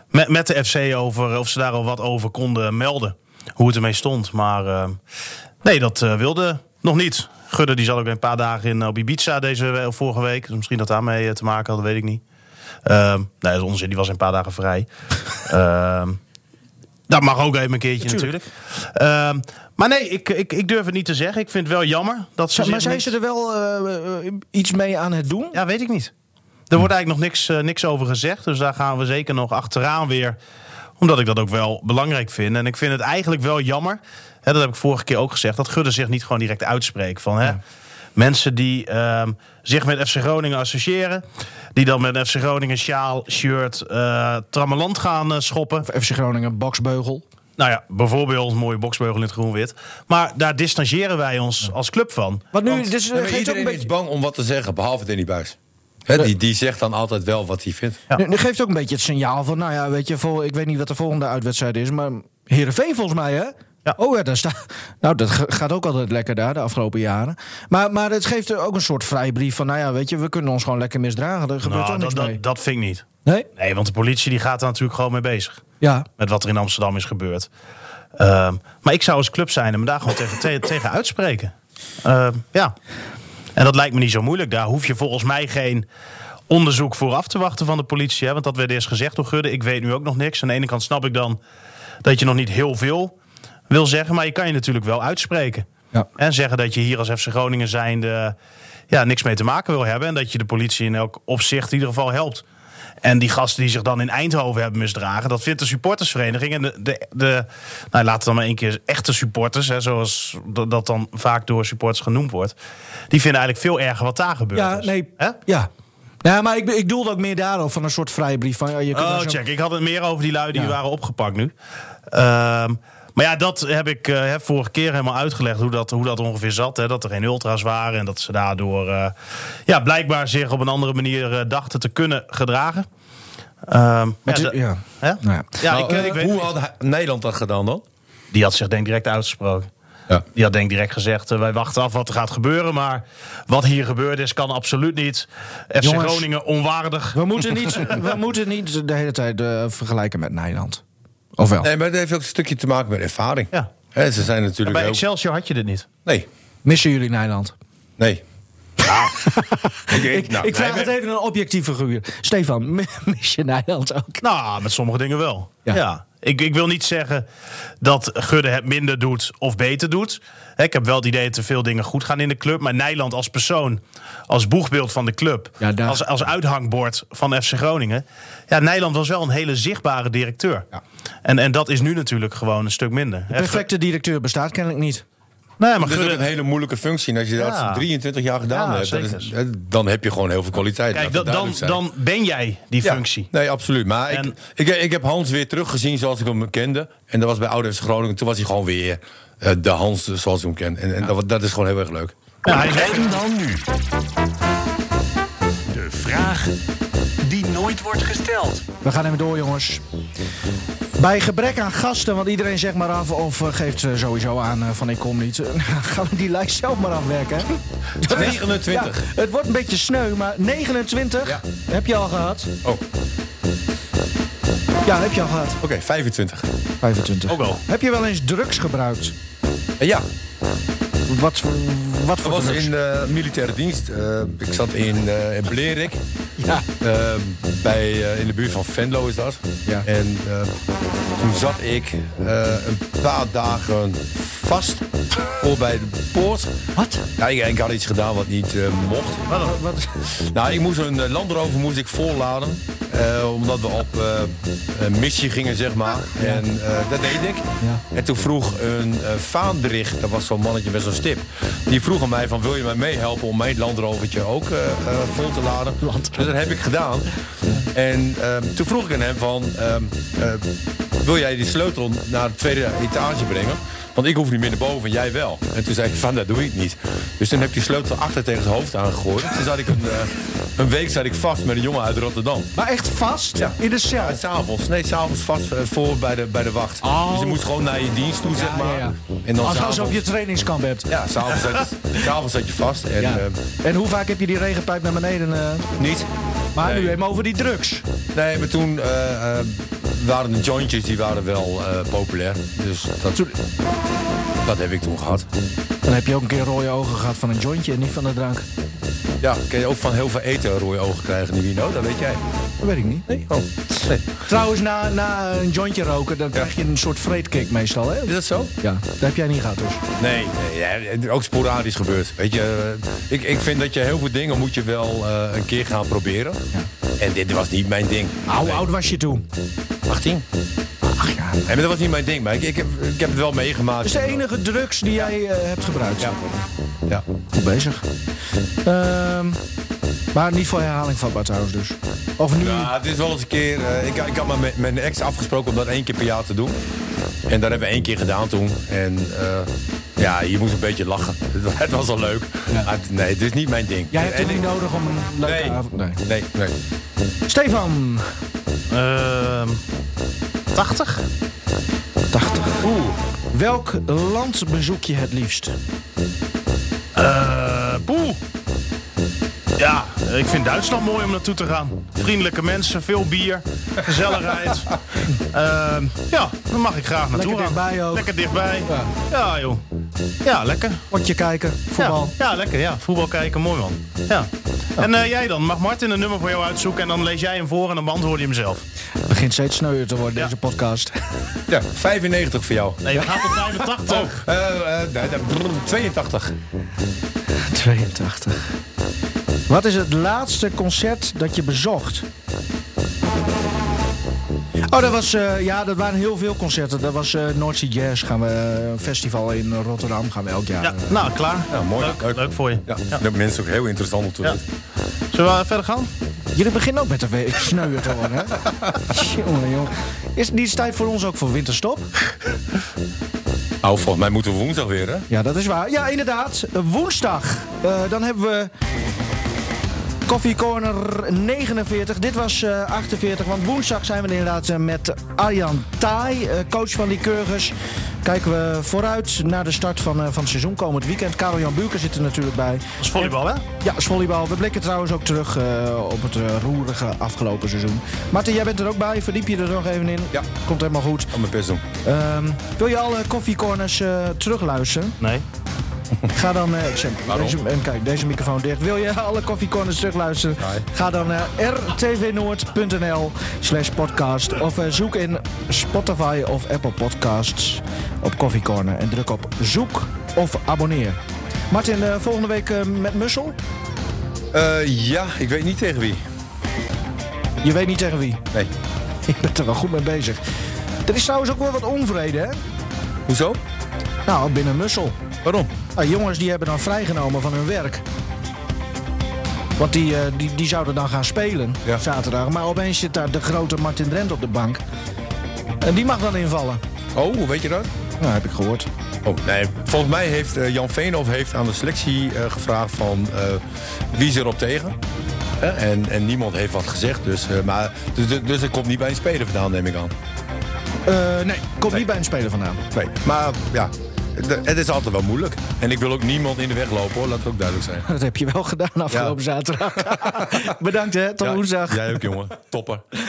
[SPEAKER 2] met, met de FC over eh, of ze daar al wat over konden melden. Hoe het ermee stond. Maar eh, nee, dat eh, wilde nog niet. Gudde die zal ook weer een paar dagen in eh, op Ibiza deze we- of vorige week. Dus misschien dat daarmee eh, te maken had, dat weet ik niet. Ehm, nee, dat is onzin. Die was een paar dagen vrij. Ehm, dat mag ook even een keertje natuurlijk. Ehm, maar nee, ik, ik, ik durf het niet te zeggen. Ik vind het wel jammer dat ze.
[SPEAKER 4] Z-
[SPEAKER 2] zich
[SPEAKER 4] maar zijn
[SPEAKER 2] niks-
[SPEAKER 4] ze er wel eh, eh, iets mee aan het doen?
[SPEAKER 2] ja, weet ik niet. Er wordt eigenlijk nog niks, eh, niks over gezegd. Dus daar gaan we zeker nog achteraan weer. Omdat ik dat ook wel belangrijk vind. En ik vind het eigenlijk wel jammer. Hè, dat heb ik vorige keer ook gezegd. Dat Gudde zich niet gewoon direct uitspreekt. Van, hè, Mensen die ehm, zich met FC Groningen associëren. Die dan met een FC Groningen sjaal, shirt, eh trammeland gaan eh, schoppen.
[SPEAKER 4] FC Groningen, boksbeugel.
[SPEAKER 2] Nou ja, bijvoorbeeld een mooie boksbeugel in het groen-wit. Maar daar distancieren wij ons als club van.
[SPEAKER 4] Wat nu? Dus, eh,
[SPEAKER 1] Nee, maar
[SPEAKER 4] geeft ook
[SPEAKER 1] iedereen
[SPEAKER 4] een
[SPEAKER 1] is
[SPEAKER 4] beetje,
[SPEAKER 1] bang om wat te zeggen, behalve Danny Buis. Hè, die, die zegt dan altijd wel wat hij vindt.
[SPEAKER 2] Ja.
[SPEAKER 4] Nu- nu geeft ook een beetje het signaal van, nou ja, weet je, vol, ik weet niet wat de volgende uitwedstrijd is, maar Heerenveen volgens mij, hè?
[SPEAKER 2] Ja.
[SPEAKER 4] Oh ja, daar staat. Nou, dat ge- gaat ook altijd lekker daar de afgelopen jaren. Maar, maar het geeft er ook een soort vrijbrief van, nou ja, weet je, we kunnen ons gewoon lekker misdragen. Er gebeurt
[SPEAKER 2] Nou,
[SPEAKER 4] toch
[SPEAKER 2] dat,
[SPEAKER 4] niks mee.
[SPEAKER 2] dat, dat vind ik niet.
[SPEAKER 4] Nee?
[SPEAKER 2] Nee, want de politie die gaat daar natuurlijk gewoon mee bezig.
[SPEAKER 4] Ja.
[SPEAKER 2] met wat er in Amsterdam is gebeurd. Ehm, maar ik zou als club zijn en me daar gewoon tegen, te- tegen uitspreken. Ehm, ja. En dat lijkt me niet zo moeilijk. Daar hoef je volgens mij geen onderzoek voor af te wachten van de politie. Hè? Want dat werd eerst gezegd door Gudde. Ik weet nu ook nog niks. Aan de ene kant snap ik dan dat je nog niet heel veel wil zeggen. Maar je kan je natuurlijk wel uitspreken.
[SPEAKER 4] Ja.
[SPEAKER 2] En zeggen dat je hier als FC Groningen zijnde ja, niks mee te maken wil hebben. En dat je de politie in elk opzicht in ieder geval helpt. En die gasten die zich dan in Eindhoven hebben misdragen, dat vindt de supportersvereniging. En de, de, de nou, laten we dan maar één keer echte supporters, hè, zoals dat dat dan vaak door supporters genoemd wordt. Die vinden eigenlijk veel erger wat daar gebeurt.
[SPEAKER 4] Ja, nee.
[SPEAKER 2] Hè?
[SPEAKER 4] Ja. Nou, maar ik, ik doelde ook meer daarop, van een soort vrije brief. Van, ja, je kunt
[SPEAKER 2] Oh,
[SPEAKER 4] daar zo-
[SPEAKER 2] check. Ik had het meer over die lui die
[SPEAKER 4] Ja.
[SPEAKER 2] waren opgepakt nu. Ehm, maar ja, dat heb ik eh, heb vorige keer helemaal uitgelegd hoe dat, hoe dat ongeveer zat. Hè? Dat er geen ultra's waren en dat ze daardoor eh, ja, blijkbaar zich op een andere manier eh, dachten te kunnen gedragen. Ehm,
[SPEAKER 4] Maar
[SPEAKER 2] ja,
[SPEAKER 4] het-
[SPEAKER 2] de-
[SPEAKER 4] ja.
[SPEAKER 2] hè?
[SPEAKER 4] Nou ja.
[SPEAKER 2] Ja,
[SPEAKER 1] Nou,
[SPEAKER 2] ik, eh,
[SPEAKER 1] eh,
[SPEAKER 2] ik weet,
[SPEAKER 1] hoe had hij- Nederland dat gedaan dan?
[SPEAKER 2] die had zich denk ik direct uitgesproken.
[SPEAKER 1] Ja.
[SPEAKER 2] Die had denk ik direct gezegd, eh, wij wachten af wat er gaat gebeuren. Maar wat hier gebeurd is, kan absoluut niet. FC
[SPEAKER 4] Jongens.
[SPEAKER 2] Groningen onwaardig.
[SPEAKER 4] We, moeten niet, we moeten niet de hele tijd eh, vergelijken met Nederland. Of wel?
[SPEAKER 1] Nee, maar dat heeft ook een stukje te maken met ervaring.
[SPEAKER 2] Ja.
[SPEAKER 1] Hè, ze zijn natuurlijk
[SPEAKER 2] Bij
[SPEAKER 1] ook-
[SPEAKER 2] Excelsior had je dit niet.
[SPEAKER 1] Nee,
[SPEAKER 4] Missen jullie Nederland?
[SPEAKER 1] nee. Ja. ik, ik- nou,
[SPEAKER 4] ik vraag
[SPEAKER 1] nee,
[SPEAKER 4] het even aan een objectieve figuur. Stefan, mi- mis je Nederland ook?
[SPEAKER 2] Nou, met sommige dingen wel.
[SPEAKER 4] Ja.
[SPEAKER 2] Ja. Ik, ik wil niet zeggen dat Gudde het minder doet of beter doet. Hè, Ik heb wel het idee dat er veel dingen goed gaan in de club. Maar Nijland als persoon, als boegbeeld van de club,
[SPEAKER 4] Ja, daar-
[SPEAKER 2] als, als uithangbord van FC Groningen. Ja, Nijland was wel een hele zichtbare directeur.
[SPEAKER 4] Ja.
[SPEAKER 2] En, en dat is nu natuurlijk gewoon een stuk minder. Hè, Gu-
[SPEAKER 4] Perfecte directeur bestaat kennelijk niet.
[SPEAKER 2] Nee, maar
[SPEAKER 1] Dat is ook
[SPEAKER 2] Gudde,
[SPEAKER 1] een hele moeilijke functie. En als je
[SPEAKER 2] Ja.
[SPEAKER 1] dat 23 jaar gedaan
[SPEAKER 2] Ja,
[SPEAKER 1] hebt, dat is-
[SPEAKER 2] zeker.
[SPEAKER 1] dan heb je gewoon heel veel kwaliteit.
[SPEAKER 2] kijk,
[SPEAKER 1] laat
[SPEAKER 2] dat,
[SPEAKER 1] het
[SPEAKER 2] dan,
[SPEAKER 1] duidelijk zijn.
[SPEAKER 2] dan ben jij die
[SPEAKER 1] Ja,
[SPEAKER 2] functie.
[SPEAKER 1] Nee, absoluut. Maar
[SPEAKER 2] En-
[SPEAKER 1] ik, ik, ik heb Hans weer teruggezien zoals ik hem kende. En dat was bij Ouders Groningen. Toen was hij gewoon weer eh, de Hans zoals ik hem ken. En, en dat, dat is gewoon heel erg leuk.
[SPEAKER 2] Ja, hij is
[SPEAKER 3] En dan nu. De vraag die nooit wordt gesteld.
[SPEAKER 4] We gaan even door, jongens. Bij gebrek aan gasten, want iedereen zegt maar af of eh, geeft eh, sowieso aan eh, van ik kom niet. Gaan we die lijst zelf maar afwerken? hè?
[SPEAKER 1] 29.
[SPEAKER 4] Ja, het wordt een beetje sneu, maar 29
[SPEAKER 1] Ja.
[SPEAKER 4] heb je al gehad.
[SPEAKER 1] Oh, oké,
[SPEAKER 4] Ja, heb je al gehad.
[SPEAKER 1] 25.
[SPEAKER 4] 25.
[SPEAKER 2] Ook al.
[SPEAKER 4] Heb je wel eens drugs gebruikt?
[SPEAKER 1] Eh, ja,
[SPEAKER 4] Wat, voor- wat voor
[SPEAKER 1] dat was
[SPEAKER 4] drugs?
[SPEAKER 1] in eh, militaire dienst. Eh, ik zat in, eh, in Blerik.
[SPEAKER 4] Ja.
[SPEAKER 1] Ehm, bij, eh, in de buurt van Venlo is dat.
[SPEAKER 4] Ja.
[SPEAKER 1] En ehm, toen zat ik eh, een paar dagen vast voor bij de poort.
[SPEAKER 4] Wat?
[SPEAKER 1] Ja, ik, ik had iets gedaan wat niet eh, mocht.
[SPEAKER 4] Wat- wat?
[SPEAKER 1] Nou, ik moest een eh, Land Rover moest ik volladen. eh, omdat we op eh, een missie gingen, zeg maar. En eh, dat deed ik.
[SPEAKER 4] Ja.
[SPEAKER 1] En toen vroeg een eh vaandricht, dat was zo'n mannetje met zo'n stip. Die vroeg aan mij van, wil je mij meehelpen om mijn Land Rovertje ook eh, eh, vol te laden? Dus dat heb ik gedaan. En ehm, toen vroeg ik aan hem van, ehm, eh, wil jij die sleutel naar de tweede etage brengen? Want ik hoef niet meer naar boven, jij wel. En toen zei ik van, dat doe ik niet. Dus toen heb ik die sleutel achter tegen zijn hoofd aangegooid. Toen zat ik een, eh, een week zat ik vast met een jongen uit Rotterdam.
[SPEAKER 4] Maar echt vast?
[SPEAKER 1] Ja.
[SPEAKER 4] In de cel?
[SPEAKER 1] Ja, s'avonds. Nee, s'avonds vast eh, voor bij de, bij de wacht.
[SPEAKER 4] Oh.
[SPEAKER 1] Dus je moet gewoon naar je dienst toe, zeg maar.
[SPEAKER 4] ja.
[SPEAKER 1] En dan
[SPEAKER 4] Als,
[SPEAKER 1] s'avonds,
[SPEAKER 4] als je op je trainingskamp hebt.
[SPEAKER 1] Ja, s'avonds zat, je- s'avonds zat je vast. En
[SPEAKER 4] Ja.
[SPEAKER 1] eh,
[SPEAKER 4] En hoe vaak heb je die regenpijp naar beneden? eh?
[SPEAKER 1] niet.
[SPEAKER 4] maar
[SPEAKER 1] Nee.
[SPEAKER 4] nu even over die drugs.
[SPEAKER 1] Nee, maar toen eh, eh, waren de jointjes die waren wel eh, populair. Dus dat, dat heb ik toen gehad.
[SPEAKER 4] Dan heb je ook een keer rode ogen gehad van een jointje en niet van de drank.
[SPEAKER 1] Ja, kun je ook van heel veel eten rode ogen krijgen in Wino, dat weet jij.
[SPEAKER 4] Dat weet ik niet.
[SPEAKER 1] Nee? Oh, nee.
[SPEAKER 4] Trouwens, na, na een jointje roken, dan krijg je een soort vreedkick meestal, hè?
[SPEAKER 1] Is dat zo?
[SPEAKER 4] Ja, dat heb jij niet gehad dus.
[SPEAKER 1] Nee, nee ja, het is ook sporadisch gebeurd. Weet je, eh, ik, ik vind dat je heel veel dingen moet je wel eh, een keer gaan proberen. En dit was niet mijn ding.
[SPEAKER 4] Hoe oud was je toen?
[SPEAKER 1] 18?
[SPEAKER 4] Ach ja.
[SPEAKER 1] Nee, maar dat was niet mijn ding. Maar ik, ik, heb, ik heb het wel meegemaakt.
[SPEAKER 4] Dat is de enige drugs die jij eh, hebt gebruikt.
[SPEAKER 1] Ja. ja.
[SPEAKER 4] Goed bezig. Ehm, maar niet voor herhaling vatbaar trouwens dus. Of nu...
[SPEAKER 1] Ja, het is wel eens een keer. eh, ik, ik had maar met mijn ex afgesproken om dat één keer per jaar te doen. En dat hebben we één keer gedaan toen. En eh, ja, je moest een beetje lachen. het was wel leuk. Maar het- nee, het is niet mijn ding.
[SPEAKER 4] Jij hebt
[SPEAKER 1] En
[SPEAKER 4] het niet
[SPEAKER 1] ik-
[SPEAKER 4] nodig om een leuke
[SPEAKER 1] Nee.
[SPEAKER 4] avond... Nee.
[SPEAKER 1] Nee, nee.
[SPEAKER 4] Stefan,
[SPEAKER 2] Ehm 80?
[SPEAKER 4] 80. Oeh. Welk land bezoek je het liefst?
[SPEAKER 2] Eh, poeh. Ja, ik vind Duitsland mooi om naartoe te gaan. Vriendelijke mensen, veel bier, gezelligheid. Ehm, ja, daar mag ik graag naartoe gaan.
[SPEAKER 4] Lekker dichtbij ook.
[SPEAKER 2] Lekker dichtbij. Ja, joh. Ja, lekker.
[SPEAKER 4] Potje kijken, voetbal.
[SPEAKER 2] Ja, ja, lekker. Ja. Voetbal kijken, mooi man. Ja. En eh, jij dan? Mag Martin een nummer voor jou uitzoeken en dan lees jij hem voor en dan beantwoord je hem zelf.
[SPEAKER 4] Het begint steeds sneuier te worden,
[SPEAKER 2] Ja.
[SPEAKER 4] deze podcast.
[SPEAKER 1] Ja, 95 voor jou.
[SPEAKER 2] Nee, we gaan tot 85.
[SPEAKER 1] Eh eh, nee, nee, brrr, 82.
[SPEAKER 4] 82. Wat is het laatste concert dat je bezocht? Oh, dat was, eh, ja, dat waren heel veel concerten. Dat was eh Noordzee Jazz, gaan we, eh, een festival in Rotterdam, gaan we elk jaar.
[SPEAKER 2] Ja,
[SPEAKER 4] eh.
[SPEAKER 2] nou, klaar.
[SPEAKER 1] Ja, mooi.
[SPEAKER 2] Leuk, leuk. voor je.
[SPEAKER 1] Ja, dat vind mensen ook heel interessant om te
[SPEAKER 2] Ja.
[SPEAKER 1] doen.
[SPEAKER 2] Zullen we verder gaan?
[SPEAKER 4] Jullie beginnen ook met een week sneuier te worden, hè? jongen, jongen. Is het niet tijd voor ons ook voor winterstop?
[SPEAKER 1] Nou, volgens mij moeten we woensdag weer, hè?
[SPEAKER 4] Ja, dat is waar. Ja, inderdaad. Eh, Woensdag. Eh, dan hebben we Coffee Corner 49. Dit was eh, 48, want woensdag zijn we er inderdaad eh, met Arjan Taai, eh, coach van die Keurgers. Kijken we vooruit naar de start van, eh, van het seizoen komend weekend. Karel-Jan Buurker zit er natuurlijk bij.
[SPEAKER 2] Dat is volleybal, hè?
[SPEAKER 4] Ja, is volleybal. We blikken trouwens ook terug eh, op het eh, roerige afgelopen seizoen. Martin, jij bent er ook bij. Verdiep je er nog even in.
[SPEAKER 1] Ja.
[SPEAKER 4] Komt helemaal goed.
[SPEAKER 1] Aan mijn best doen.
[SPEAKER 4] Ehm, wil je alle Coffee Corners eh, terugluisteren?
[SPEAKER 2] Nee.
[SPEAKER 4] Ga dan, eh, ik zet
[SPEAKER 1] Waarom?
[SPEAKER 4] deze, en kijk, deze microfoon dicht. Wil je alle koffiecorners terugluisteren?
[SPEAKER 1] Nee.
[SPEAKER 4] Ga dan naar rtvnoord.nl slash podcast. Of eh, zoek in Spotify of Apple Podcasts op Coffee Corner. En druk op zoek of abonneer. Martin, eh, volgende week eh, met Mussel?
[SPEAKER 1] Eh, ja, ik weet niet tegen wie.
[SPEAKER 4] Je weet niet tegen wie.
[SPEAKER 1] Nee.
[SPEAKER 4] Ik ben er wel goed mee bezig. Er is trouwens ook wel wat onvrede, hè?
[SPEAKER 1] Hoezo?
[SPEAKER 4] Nou, binnen Mussel.
[SPEAKER 1] Waarom?
[SPEAKER 4] Ah, jongens die hebben dan vrijgenomen van hun werk. Want die, eh, die, die zouden dan gaan spelen
[SPEAKER 1] Ja.
[SPEAKER 4] zaterdag. Maar opeens zit daar de grote Martin Drent op de bank. En die mag dan invallen.
[SPEAKER 1] Oh, hoe weet je dat?
[SPEAKER 4] Nou, heb ik gehoord.
[SPEAKER 1] Oh, nee. Volgens mij heeft eh, Jan Veenhoff heeft aan de selectie eh, gevraagd van eh, wie is erop tegen. Hè? en, en niemand heeft wat gezegd, dus, eh, maar, dus, dus, dus het komt niet bij een speler vandaan, neem ik aan.
[SPEAKER 4] Eh, nee, komt niet bij een speler vandaan.
[SPEAKER 1] Nee, maar ja, de- het is altijd wel moeilijk. En ik wil ook niemand in de weg lopen, hoor, laat het ook duidelijk zijn.
[SPEAKER 4] Dat heb je wel gedaan afgelopen zaterdag. Bedankt hè, tot
[SPEAKER 1] Ja,
[SPEAKER 4] woensdag.
[SPEAKER 1] Jij ook, jongen. Topper.